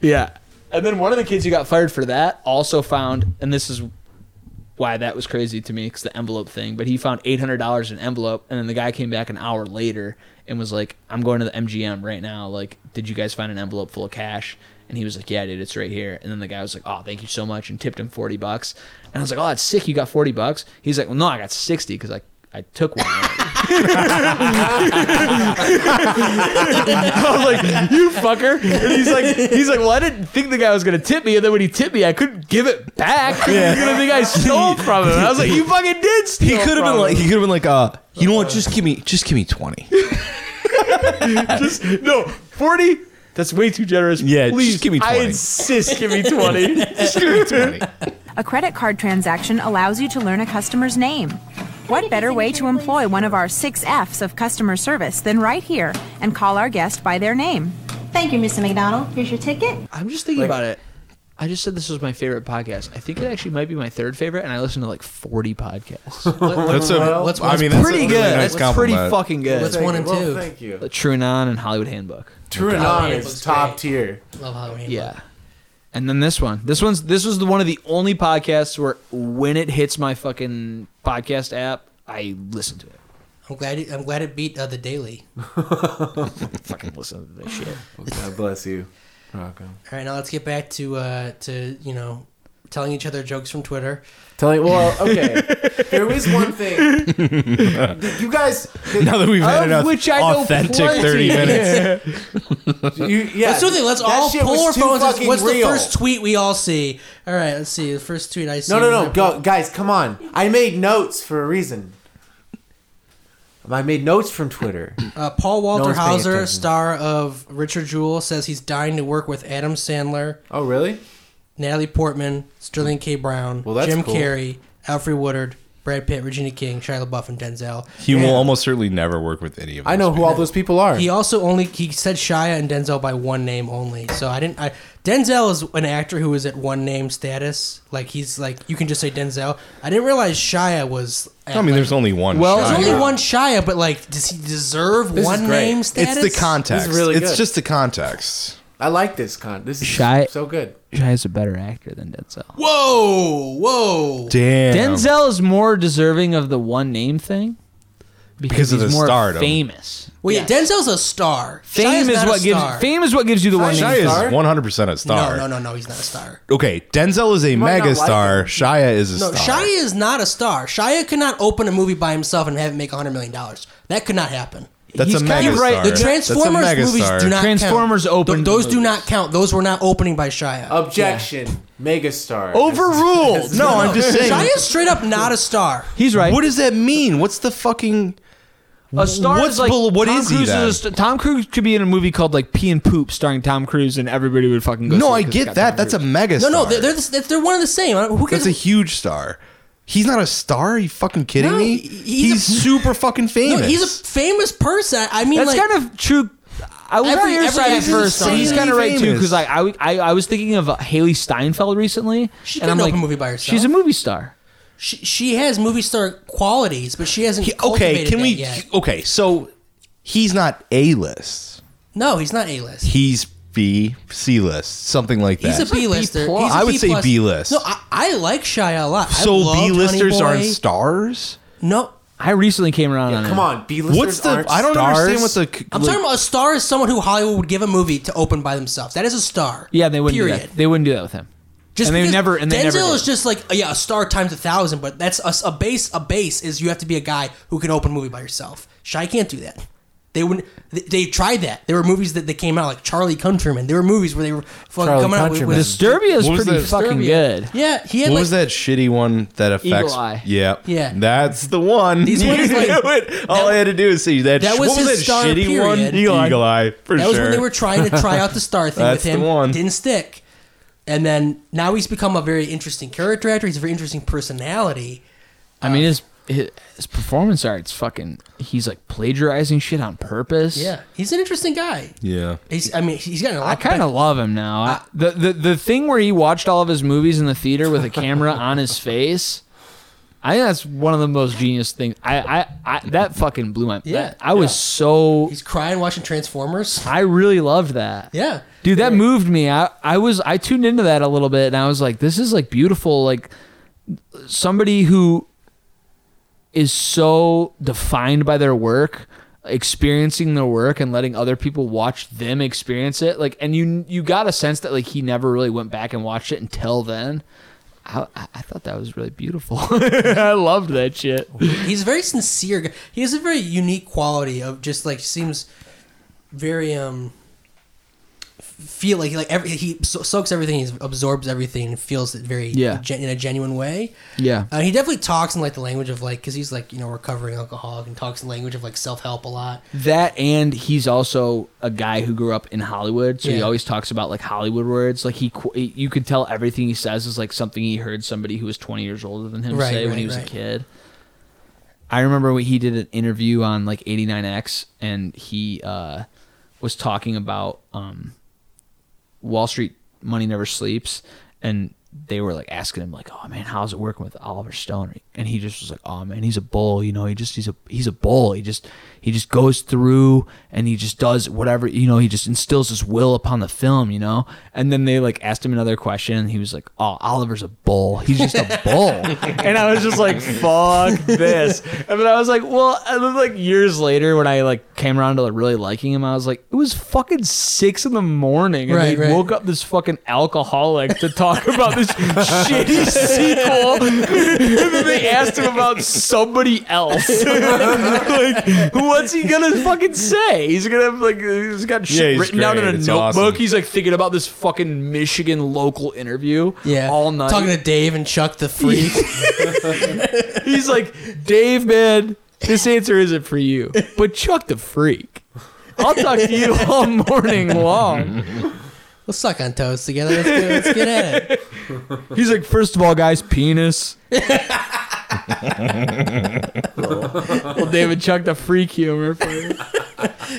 S4: yeah. And then one of the kids who got fired for that also found, and this is why that was crazy to me, because the envelope thing, but he found $800 in envelope, and then the guy came back an hour later and was like, I'm going to the MGM right now. Like, did you guys find an envelope full of cash? And he was like, Yeah, dude, it's right here. And then the guy was like, Oh, thank you so much, and tipped him 40 bucks. And I was like, Oh, that's sick. You got 40 bucks? He's like, Well, no, I got 60 because I, I took one. I was like, "You fucker!" And he's like, "He's like, well, I didn't think the guy was gonna tip me, and then when he tipped me, I couldn't give it back.
S3: Yeah.
S4: You're gonna think I stole from him." And I was like, "You fucking did
S3: He
S4: steal."
S3: could have
S4: from
S3: been like, he
S4: him."
S3: could have been like, uh, you know what? Just give me, just give me twenty.
S4: just no forty. That's way too generous.
S3: Yeah,
S4: please
S3: just give me
S4: I
S3: 20.
S4: insist, give me twenty. just give me twenty.
S13: A credit card transaction allows you to learn a customer's name. What better way to employ one of our six F's of customer service than right here and call our guest by their name? Thank you, Mr. McDonald. Here's your ticket.
S4: I'm just thinking about it. I just said this was my favorite podcast. I think it actually might be my third favorite, and I listen to like 40 podcasts.
S3: That's a- Well, I mean, that's a
S4: pretty
S3: really
S4: good.
S3: nice
S4: that's pretty
S3: compliment.
S4: fucking good.
S1: What's one and
S2: Well,
S1: two?
S2: thank you.
S4: The True Non and Hollywood Handbook.
S2: True and
S1: Halloween
S2: honest,
S1: looks
S2: top
S1: great.
S2: tier.
S1: Love Halloween.
S4: Yeah. And then this one. This one's this was the one of the only podcasts where when it hits my fucking podcast app, I listen to it.
S1: I'm glad. It, I'm glad it beat uh, the Daily.
S4: Fucking listen to this shit.
S2: God bless you, Rocco.
S1: All right, now let's get back to uh, to you know telling each other jokes from Twitter.
S2: Tell me, well, okay. there is one thing. You guys,
S3: now that we've had
S4: Of
S3: enough
S4: which I know
S3: authentic
S4: plenty.
S3: thirty minutes,
S2: You- yeah,
S1: let's do the thing. Let's
S2: that
S1: all
S2: shit
S1: pull
S2: was
S1: our
S2: too
S1: phones.
S2: fucking
S1: What's
S2: real.
S1: the first tweet we all see? All right, let's see. The first tweet I see.
S14: No, no, no, go, guys, come on. I made notes for a reason.
S2: Um,
S14: I made notes from Twitter.
S1: Uh, Paul
S14: No
S1: Walter
S14: one's paying
S1: Hauser,
S14: attention.
S1: star of Richard Jewell, says he's dying to work with Adam Sandler.
S2: Oh, really?
S1: Natalie Portman, Sterling K. Brown,
S2: Well, that's
S1: Jim
S2: cool.
S1: Carrey, Alfred Woodard, Brad Pitt, Regina King, Shia LaBeouf, and Denzel.
S3: He
S1: And
S3: will almost certainly never work with any of them.
S2: know who all those people are.
S1: He also only he said Shia and Denzel by one name only. So I didn't. I Denzel is an actor who is at one name status. Like he's like you can just say Denzel. I didn't realize Shia was.
S3: I mean, there's only one.
S1: Well,
S3: Shia.
S1: there's only one Shia, but like, does he deserve
S3: This is
S1: one
S3: great.
S1: name
S3: It's
S1: status?
S3: the context.
S2: really
S3: it's
S2: good.
S3: just the context.
S2: I like this con. This is
S4: Shy.
S2: so good.
S4: Shia is a better actor than Denzel.
S1: Whoa, whoa.
S3: Damn.
S4: Denzel is more deserving of the one name thing
S3: Because of
S4: he's
S3: the
S4: more
S3: stardom.
S4: famous.
S1: Well, yeah, Denzel's a star.
S4: Fame
S1: Shia's
S4: is
S1: not a
S4: what gives
S1: star.
S4: fame is what gives you the one
S3: Shia
S4: name.
S3: is 100 percent a star.
S1: No, no, no, no. He's not a star.
S3: Okay, Denzel is a
S1: might
S3: mega
S1: not like
S3: star. Shia is a
S1: No,
S3: star.
S1: Shia is not a star. Shia could not open a movie by himself and have it make $100 million. That could not happen.
S3: That's a
S1: kinda
S3: megastar.
S1: The
S3: That's a
S1: Transformers movies
S3: megastar.
S1: do not
S4: Transformers
S1: count.
S4: opened
S1: Th-
S4: the
S1: those do not count. Those were not opening by Shia.
S14: Objection. Megastar.
S3: Overruled. Uh, No, I'm just saying.
S1: Shia's straight up not a star.
S4: He's right.
S3: What does that mean? What's the fucking
S4: A star
S3: What's
S4: is like
S3: bel- what
S4: Tom
S3: is he
S4: Cruise
S3: then?
S4: a st- Tom Cruise could be in a movie called like Pee and Poop starring Tom Cruise, and everybody would fucking go.
S3: No,
S4: see it
S3: I
S4: 'cause
S3: get
S4: it's got
S3: that.
S4: Tom
S3: That's a
S4: Cruise.
S3: mega.
S1: No, no,
S3: star.
S1: they're, they're, the- they're one of the same. I don't- Who
S3: that's
S1: cares?
S3: a huge star. He's not a star. Are you fucking kidding
S1: No,
S3: me?
S1: he's
S3: He's, super fucking
S1: no,
S3: famous.
S1: he's a famous person. I mean,
S4: That's
S1: like,
S4: kind of true. I was
S1: Every-
S4: on your
S1: every
S4: side at
S1: actor's
S4: first, but he's
S1: insanely
S4: kind of right too.
S1: famous.
S4: Because like I, w- I, I was thinking of uh, Haley Steinfeld recently,
S1: She
S4: and I'm
S1: couldn't
S4: like,
S1: open a movie by herself.
S4: she's a movie star.
S1: she, she has movie star qualities, but she hasn't.
S3: okay,
S1: cultivated
S3: can
S1: that
S3: we?
S1: Yet.
S3: Okay, so he's not A list.
S1: No, he's not A-list.
S3: He's B, C list, something like that.
S1: He's a B-lister. He's a
S3: I would say
S1: B-plus.
S3: B-list.
S1: No, I, I like Shia a lot. I
S3: So
S1: loved Honey
S3: B-listers
S1: Boy.
S3: aren't stars.
S1: No,
S4: I recently came around on it.
S14: B-listers
S3: What's the?
S14: aren't
S3: I don't
S14: stars.
S3: understand what the.
S1: I'm talking about a star is someone who Hollywood would give a movie to open by themselves. That is a star.
S4: Yeah, they wouldn't. Do
S1: Period.
S4: that. They wouldn't do that with him.
S1: Just
S4: and they
S1: because
S4: never. And they
S1: Denzel
S4: never. did.
S1: is just like yeah, a star times a thousand, but that's a, a base. A base is you have to be a guy who can open a movie by yourself. Shy can't do that. They wouldn't. They, they tried that. There were movies that they came out like Charlie Countryman. There were movies where they were fucking
S2: Charlie
S1: coming out with,
S2: Countryman.
S1: with
S4: Disturbia is
S3: What was
S4: pretty
S3: that?
S4: fucking
S1: Disturbia.
S4: good.
S1: Yeah, he had
S3: what
S1: like
S3: was that shitty one that
S1: Eagle
S3: affects?
S1: Eye.
S3: Yeah,
S1: Yeah.
S3: that's the one.
S1: These
S3: you
S1: ones, like-
S3: knew it. All I had to do is see that.
S1: that
S3: sh-
S1: was
S3: what was
S1: his
S3: that
S1: star
S3: shitty
S1: period.
S3: one?
S1: Eagle Eye.
S3: Eagle Eye. For
S1: that was when
S3: sure.
S1: they were trying to try out the star thing with
S3: That's the
S1: him.
S3: one.
S1: Didn't stick. And then now he's become a very interesting character actor. He's a very interesting personality.
S4: I mean, his, his his performance art's fucking. He's like plagiarizing shit on purpose.
S1: Yeah, he's an interesting guy.
S3: Yeah.
S1: He's, I mean, he's gotten a lot.
S4: I kind of love him now. I, the, the the thing where he watched all of his movies in the theater with a camera on his face, I think that's one of the most genius things. I I, I that fucking blew my.
S1: Yeah,
S4: that- I was so.
S1: He's crying watching Transformers.
S4: I really loved that.
S1: Yeah.
S4: Dude, that moved me. I, I was I tuned into that a little bit and I was like, this is like beautiful, like somebody who is so defined by their work, experiencing their work and letting other people watch them experience it. Like and you you got a sense that like he never really went back and watched it until then. I, I I thought that was really beautiful. I loved that shit.
S1: He's a very sincere. guy. He has a very unique quality of just like seems very um feel like like every he so- soaks everything, he absorbs everything, and feels it very
S4: Yeah.
S1: gen- in a genuine way.
S4: Yeah.
S1: Uh, he definitely talks in like the language of like because he's like you know recovering alcoholic and talks in language of like self help a lot.
S4: That and he's also a guy who grew up in Hollywood, so he
S1: Yeah.
S4: always talks about like Hollywood words. Like he, qu- you could tell everything he says is like something he heard somebody who was twenty years older than him
S1: Right,
S4: say when
S1: right,
S4: he was
S1: right.
S4: a kid. I remember when he did an interview on like 89X, and he uh, was talking about um, Wall Street Money Never Sleeps, and they were like asking him like, "Oh man, how's it working with Oliver Stone?" And he just was like, "Oh man, he's a bull. You know, he just he's a he's a bull. He just he just goes through and he just does whatever you know. He just instills his will upon the film. You know." And then they like asked him another question, and he was like, "Oh, Oliver's a bull. He's just a bull." and I was just like, "Fuck this." And then I was like, "Well," and then like years later, when I like came around to like really liking him, I was like, "It was fucking six in the morning, and
S1: Right,
S4: they
S1: right.
S4: woke up this fucking alcoholic to talk about this this shitty sequel. and then they asked him about somebody else. like, what's he gonna fucking say? He's gonna have like he's got shit
S3: he's
S4: written down in a
S3: great. It's
S4: notebook.
S3: awesome.
S4: He's like thinking about this fucking Michigan local interview.
S1: Yeah.
S4: all night
S1: Talking to Dave and Chuck the freak.
S4: He's like, Dave, man, this answer isn't for you, but Chuck the freak. I'll talk to you all morning long.
S1: We'll suck on toes together. Let's get, let's get at it.
S4: He's like, first of all, guys, penis. well, David Chuck the freak humor. For you.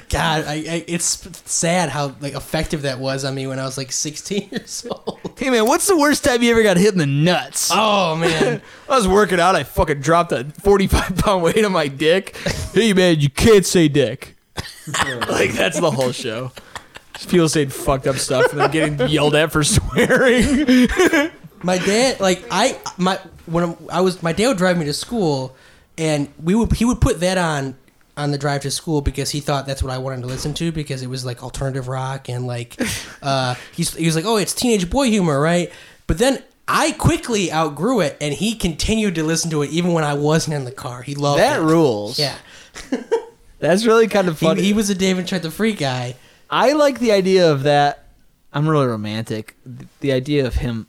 S1: God, I, I, it's sad how like effective that was on me when I was like 16 years old.
S4: Hey man, what's the worst time you ever got hit in the nuts?
S1: Oh man,
S4: I was working out. I fucking dropped a forty-five pound weight on my dick. Hey man, you can't say dick. like that's the whole show. Just people saying fucked up stuff and then getting yelled at for swearing.
S1: my dad like i my when i was my dad would drive me to school and we would he would put that on on the drive to school because he thought that's what i wanted to listen to because it was like alternative rock and like uh he's, he was like oh it's teenage boy humor right but then i quickly outgrew it and he continued to listen to it even when i wasn't in the car he loved
S4: That
S1: it.
S4: rules.
S1: yeah
S4: That's really kind of funny.
S1: he, he was a david trent the free guy
S4: I like the idea of that. I'm really romantic. The- The idea of him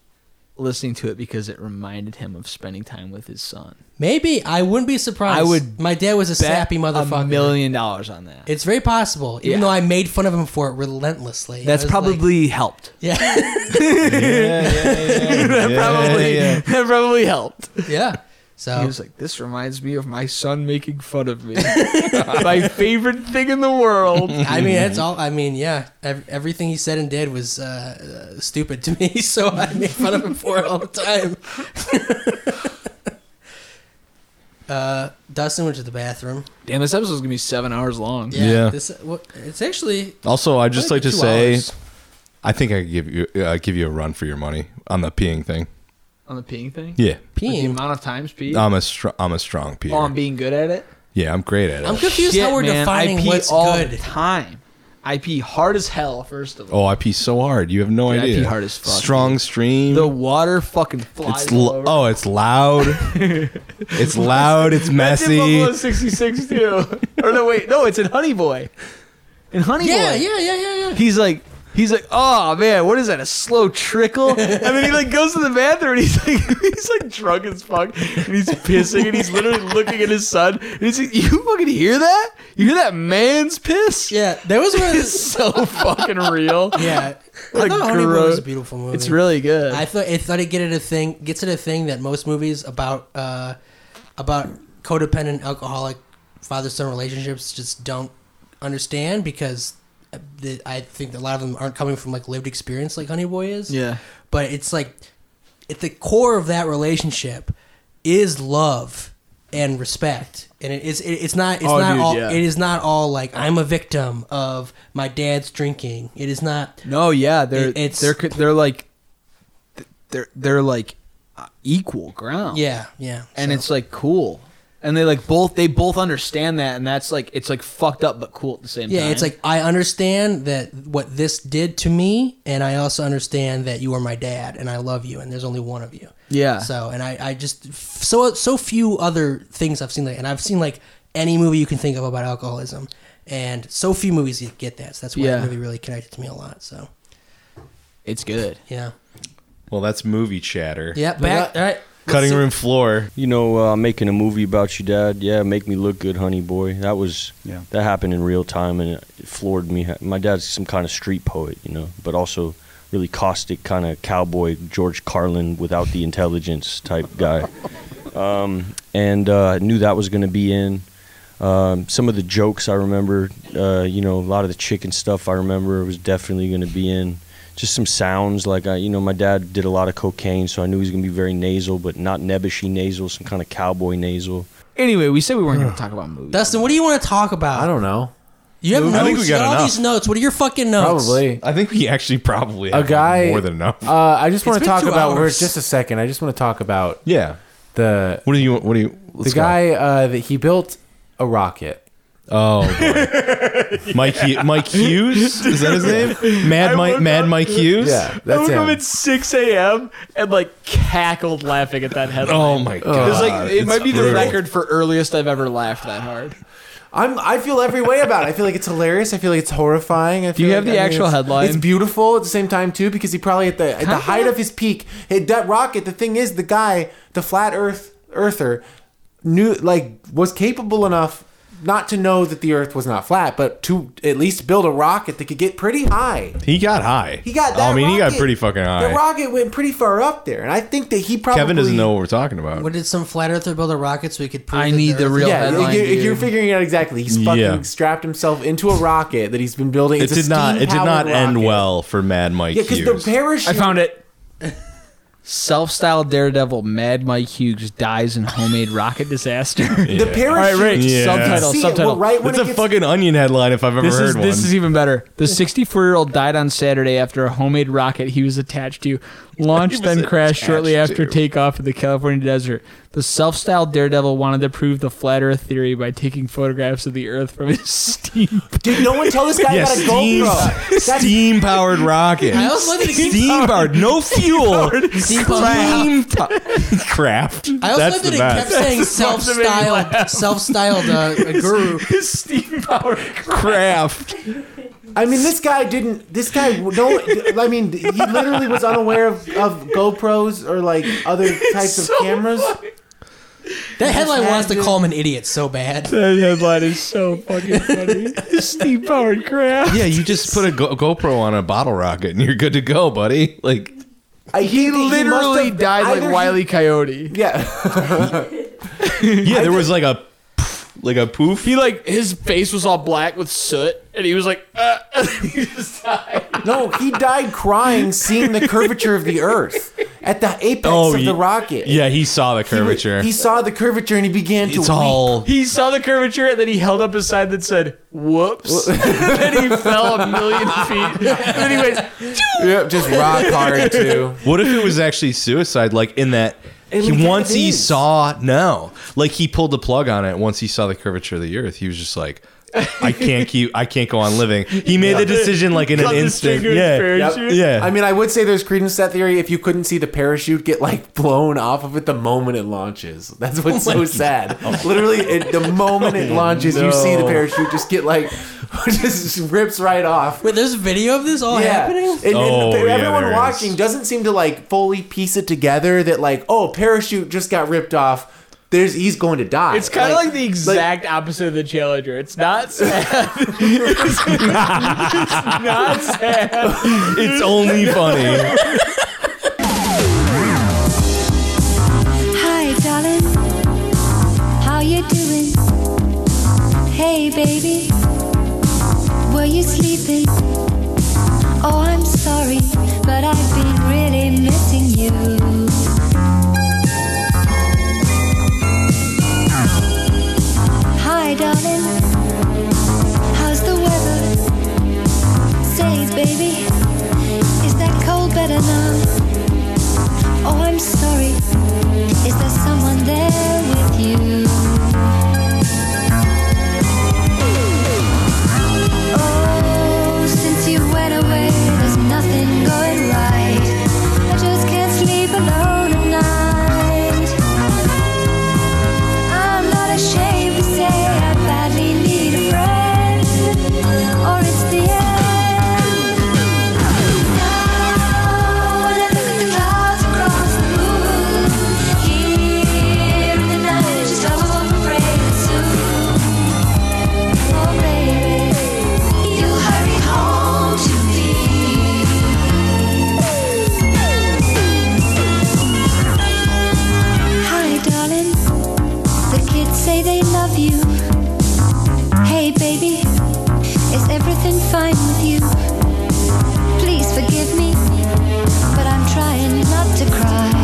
S4: listening to it because it reminded him of spending time with his son.
S1: maybe i wouldn't be surprised
S4: I would
S1: my dad was a
S4: bet
S1: sappy motherfucker
S4: A million dollars on that.
S1: it's very possible even
S4: Yeah.
S1: though i made fun of him for it relentlessly I
S4: That's
S1: was like-
S4: probably helped.
S1: yeah
S4: that probably that probably helped.
S1: Yeah. So
S4: He was like, "This reminds me of my son making fun of me, my favorite thing in the world."
S1: I mean, that's all. I mean, yeah, ev- everything he said and did was uh, uh, stupid to me, so I make fun of him for it all the time. uh, Dustin went to the bathroom.
S4: Damn, this episode's gonna be seven hours long.
S1: Yeah,
S3: Yeah.
S1: This, well, it's actually
S3: Also, I just
S1: I
S3: like
S1: think
S3: to
S1: two
S3: say,
S1: hours.
S3: I think I could give you uh, give you a run for your money on the peeing thing.
S4: On the peeing thing.
S3: Yeah. Um,
S4: Like the amount of times peeing.
S3: I'm a str- I'm a strong peer.
S4: on Oh, being good at it.
S3: yeah, I'm great at it.
S1: I'm confused how we're defining
S4: I pee
S1: what's
S4: all
S1: good.
S4: The time. I pee hard as hell. First of all,
S3: oh, I pee so hard. You have no
S4: Dude, I
S3: idea.
S4: pee hard as fuck,
S3: Strong stream.
S4: the water fucking flies.
S3: it's l- oh, it's loud. it's loud. It's messy.
S4: Buffalo 66 too. or no, wait, no, it's in Honey Boy. In Honey
S1: yeah,
S4: Boy.
S1: yeah, yeah, yeah, yeah.
S4: He's like, he's like, oh man, what is that? A slow trickle? And then he like goes to the bathroom and he's like, he's like drunk as fuck and he's pissing and he's literally looking at his son. And he's like, you fucking hear that? You hear that man's piss?
S1: Yeah, that was one of
S4: It's so fucking real.
S1: Yeah. I
S4: Like,
S1: thought Honey Boy was
S4: gross.
S1: a beautiful movie.
S4: It's really good.
S1: I thought it thought it get it a thing gets it a thing that most movies about uh, about codependent alcoholic father son relationships just don't understand because the, I think a lot of them aren't coming from like lived experience like Honey Boy is.
S4: Yeah.
S1: But it's like at the core of that relationship is love and respect. And it is it, it's not it's
S4: Oh,
S1: not
S4: dude,
S1: all
S4: yeah.
S1: it is not all like I'm a victim of my dad's drinking. It is not
S4: No, yeah, they're
S1: It- it's-
S4: they're they're like they're they're like uh, equal ground.
S1: Yeah, yeah.
S4: and it's like cool, and they like both they both understand that, and that's like it's like fucked up but cool at the same
S1: Yeah,
S4: time.
S1: it's like I understand that what this did to me, and I also understand that you are my dad, and I love you, and there's only one of you.
S4: Yeah.
S1: So, and I, I just so so few other things I've seen like, and I've seen like any movie you can think of about alcoholism, and so few movies that get that. So that's why
S4: Yeah.
S1: that movie really connected to me a lot. So,
S4: it's good.
S1: yeah,
S3: well, that's movie chatter.
S1: yeah. Back, all right. let's
S3: Cutting
S1: see-
S3: room floor.
S12: You know, uh, making a movie about your dad. Yeah, make me look good, honey boy. That was
S15: Yeah.
S12: that happened in real time, and it floored me. My dad's some kind of street poet, you know, but also really caustic, kind of cowboy George Carlin without the intelligence type guy. Um, and uh, knew that was going to be in. Um, some of the jokes I remember, uh, you know, a lot of the chicken stuff I remember was definitely going to be in. Just some sounds like I, you know, my dad did a lot of cocaine, so I knew he was going to be very nasal, but not nebbishy nasal, some kind of cowboy nasal.
S4: Anyway, we said we weren't going to talk about movies.
S1: Dustin, what do you want to talk about? I don't
S2: know.
S1: You have
S3: I
S1: notes.
S3: think we
S1: you
S3: got
S1: got all
S3: enough.
S1: these notes. What are your fucking notes?
S2: Probably.
S3: I think we actually probably
S2: a
S3: have
S2: guy
S3: more than enough.
S2: Uh, I just want
S1: It's been
S2: to talk
S1: two
S2: about. We're
S1: hours.
S2: just a second. I just want to talk about.
S3: Yeah.
S2: The
S3: What do you? What do you? let's
S2: the
S3: go.
S2: guy uh, that he built a rocket.
S3: Oh, boy. Mike Hu- Mike Hughes is that his name? Mad
S4: I
S3: Mike
S4: woke
S3: Mad
S4: up-
S3: Mike Hughes.
S4: I woke up at 6 a.m. and like cackled laughing at that headline.
S3: Oh my
S4: It, was
S3: God,
S4: like, it
S3: it's
S4: might be the
S3: brutal.
S4: record for earliest I've ever laughed that hard.
S2: I'm. I feel every way about it. I feel like it's hilarious. I feel like it's horrifying. I
S4: Do you
S2: feel
S4: have
S2: like-
S4: the
S2: I mean,
S4: actual
S2: it's-
S4: headline?
S2: It's beautiful at the same time too, because he probably at the at the height of his peak hit that rocket. The thing is, the guy, the flat Earth Earther, knew like was capable enough not to know that the Earth was not flat, but to at least build a rocket that could get pretty high.
S3: He got high.
S2: He got. That
S3: I mean, he got
S2: rocket-
S3: pretty fucking
S2: The
S3: high.
S2: rocket went pretty far up there, and I think that he probably
S3: Kevin doesn't know what we're talking about.
S1: What did some flat earther build a rocket so we could prove
S4: I
S1: that
S4: need the
S1: Earth-
S4: real
S2: yeah, you're, you're figuring it out exactly. He's fucking
S3: Yeah.
S2: strapped himself into a rocket that he's been building.
S3: It
S2: It's a
S3: did not. It did not
S2: steam-powered
S3: end
S2: rocket.
S3: well for Oh. Mad Mike
S2: Yeah,
S3: Hughes.
S2: because the parachute.
S4: I found it. Self-styled daredevil Mad Mike Hughes dies in homemade rocket disaster.
S2: The parachute.
S4: All right, Rick.
S3: Yeah.
S4: Subtitle.
S2: See it,
S4: subtitle.
S2: well, right when
S3: That's
S2: it
S3: a
S2: gets-
S3: fucking onion headline if I've ever
S4: This
S3: heard
S4: is
S3: one.
S4: this is even better. The 64 year old died on Saturday after a homemade rocket he was attached to launched then crashed shortly
S3: attached
S4: after
S3: to.
S4: takeoff in the California desert. The self-styled daredevil wanted to prove the flat Earth theory by taking photographs of the Earth from his steam.
S2: Dude, no one tell this guy
S3: yeah,
S2: about a
S3: steam,
S2: GoPro. That's-
S3: steam powered rocket.
S1: I also like that he-
S3: steam powered, no fuel.
S1: Steam
S3: Steam po- craft.
S1: I also
S3: That's
S1: like
S3: the
S1: that it kept
S3: best.
S1: saying
S4: That's the part that made me
S1: self-styled, self-styled uh, guru.
S4: His steam power
S3: Craft.
S2: I mean, this guy didn't. This guy no. I mean, he literally was unaware of, of GoPros or like other types of cameras.
S1: That headline wants to
S2: Imagine.
S1: call him an idiot so bad.
S4: That headline is so fucking funny. steam powered craft.
S3: Yeah, you just put a Go- GoPro on a bottle rocket and you're good to go, buddy. Like
S2: I think
S4: He
S2: that must
S4: literally
S2: have-
S4: died
S2: either
S4: like
S2: he-
S4: Wiley Coyote.
S2: Yeah,
S3: yeah, there was like a like a poof.
S4: He like his face was all black with soot, and he was like, uh, and he just died.
S2: no, he died crying seeing the curvature of the Earth at the apex
S3: Oh,
S2: of
S3: ye-
S2: the rocket.
S3: Yeah, he saw the curvature.
S2: He saw the curvature and he began to weep.
S3: it's all
S4: He saw the curvature and then he held up a sign that said "Whoops," and he fell a million feet. And then he went,
S2: Yep, just rock hard too.
S3: What if it was actually suicide? Like in that,
S2: It
S3: he
S2: kind
S3: once
S2: of
S3: he
S2: is.
S3: saw no, like he pulled the plug on it. Once he saw the curvature of the Earth, he was just like, I can't keep, I can't go on living. He made the decision like in
S4: Cut
S3: an
S4: the
S3: instant.
S4: string to his
S3: Yeah,
S2: Yep.
S4: parachute.
S3: yeah.
S2: I mean, I would say there's credence to that theory if you couldn't see the parachute get like blown off of it the moment it launches. That's what's
S3: Oh
S2: so sad. Literally, it, the moment it launches, you see the
S3: no.
S2: parachute just get like just rips right off.
S1: Wait, there's video of this all
S2: Yeah,
S1: happening.
S2: and, and
S3: Oh, yeah,
S2: everyone
S3: there is.
S2: watching doesn't seem to like fully piece it together that like, oh, parachute just got ripped off. There's he's going to die.
S4: "It's kind of like, the exact opposite of the Challenger. It's not sad. it's not sad.
S3: it's only funny.
S10: Hi, darling. How you doing? Hey, baby. Were you sleeping? Oh, I'm sorry, but I've been really missing you. Hi, darling. How's the weather? Say, baby, is that cold better now? Oh, I'm sorry. Is there someone there with you? Oh, since you went away, there's nothing going right. I just can't sleep alone at night. I'm not ashamed to say I badly need a friend, or it's the end. Now, when I look at the clouds across the moon, here in the night, just hope I'm afraid soon. Oh, baby, you hurry home to me. Hi, darling. The kids say they love you. Hey, baby, is everything fine with you? Please forgive me, but I'm trying not to cry. Oh,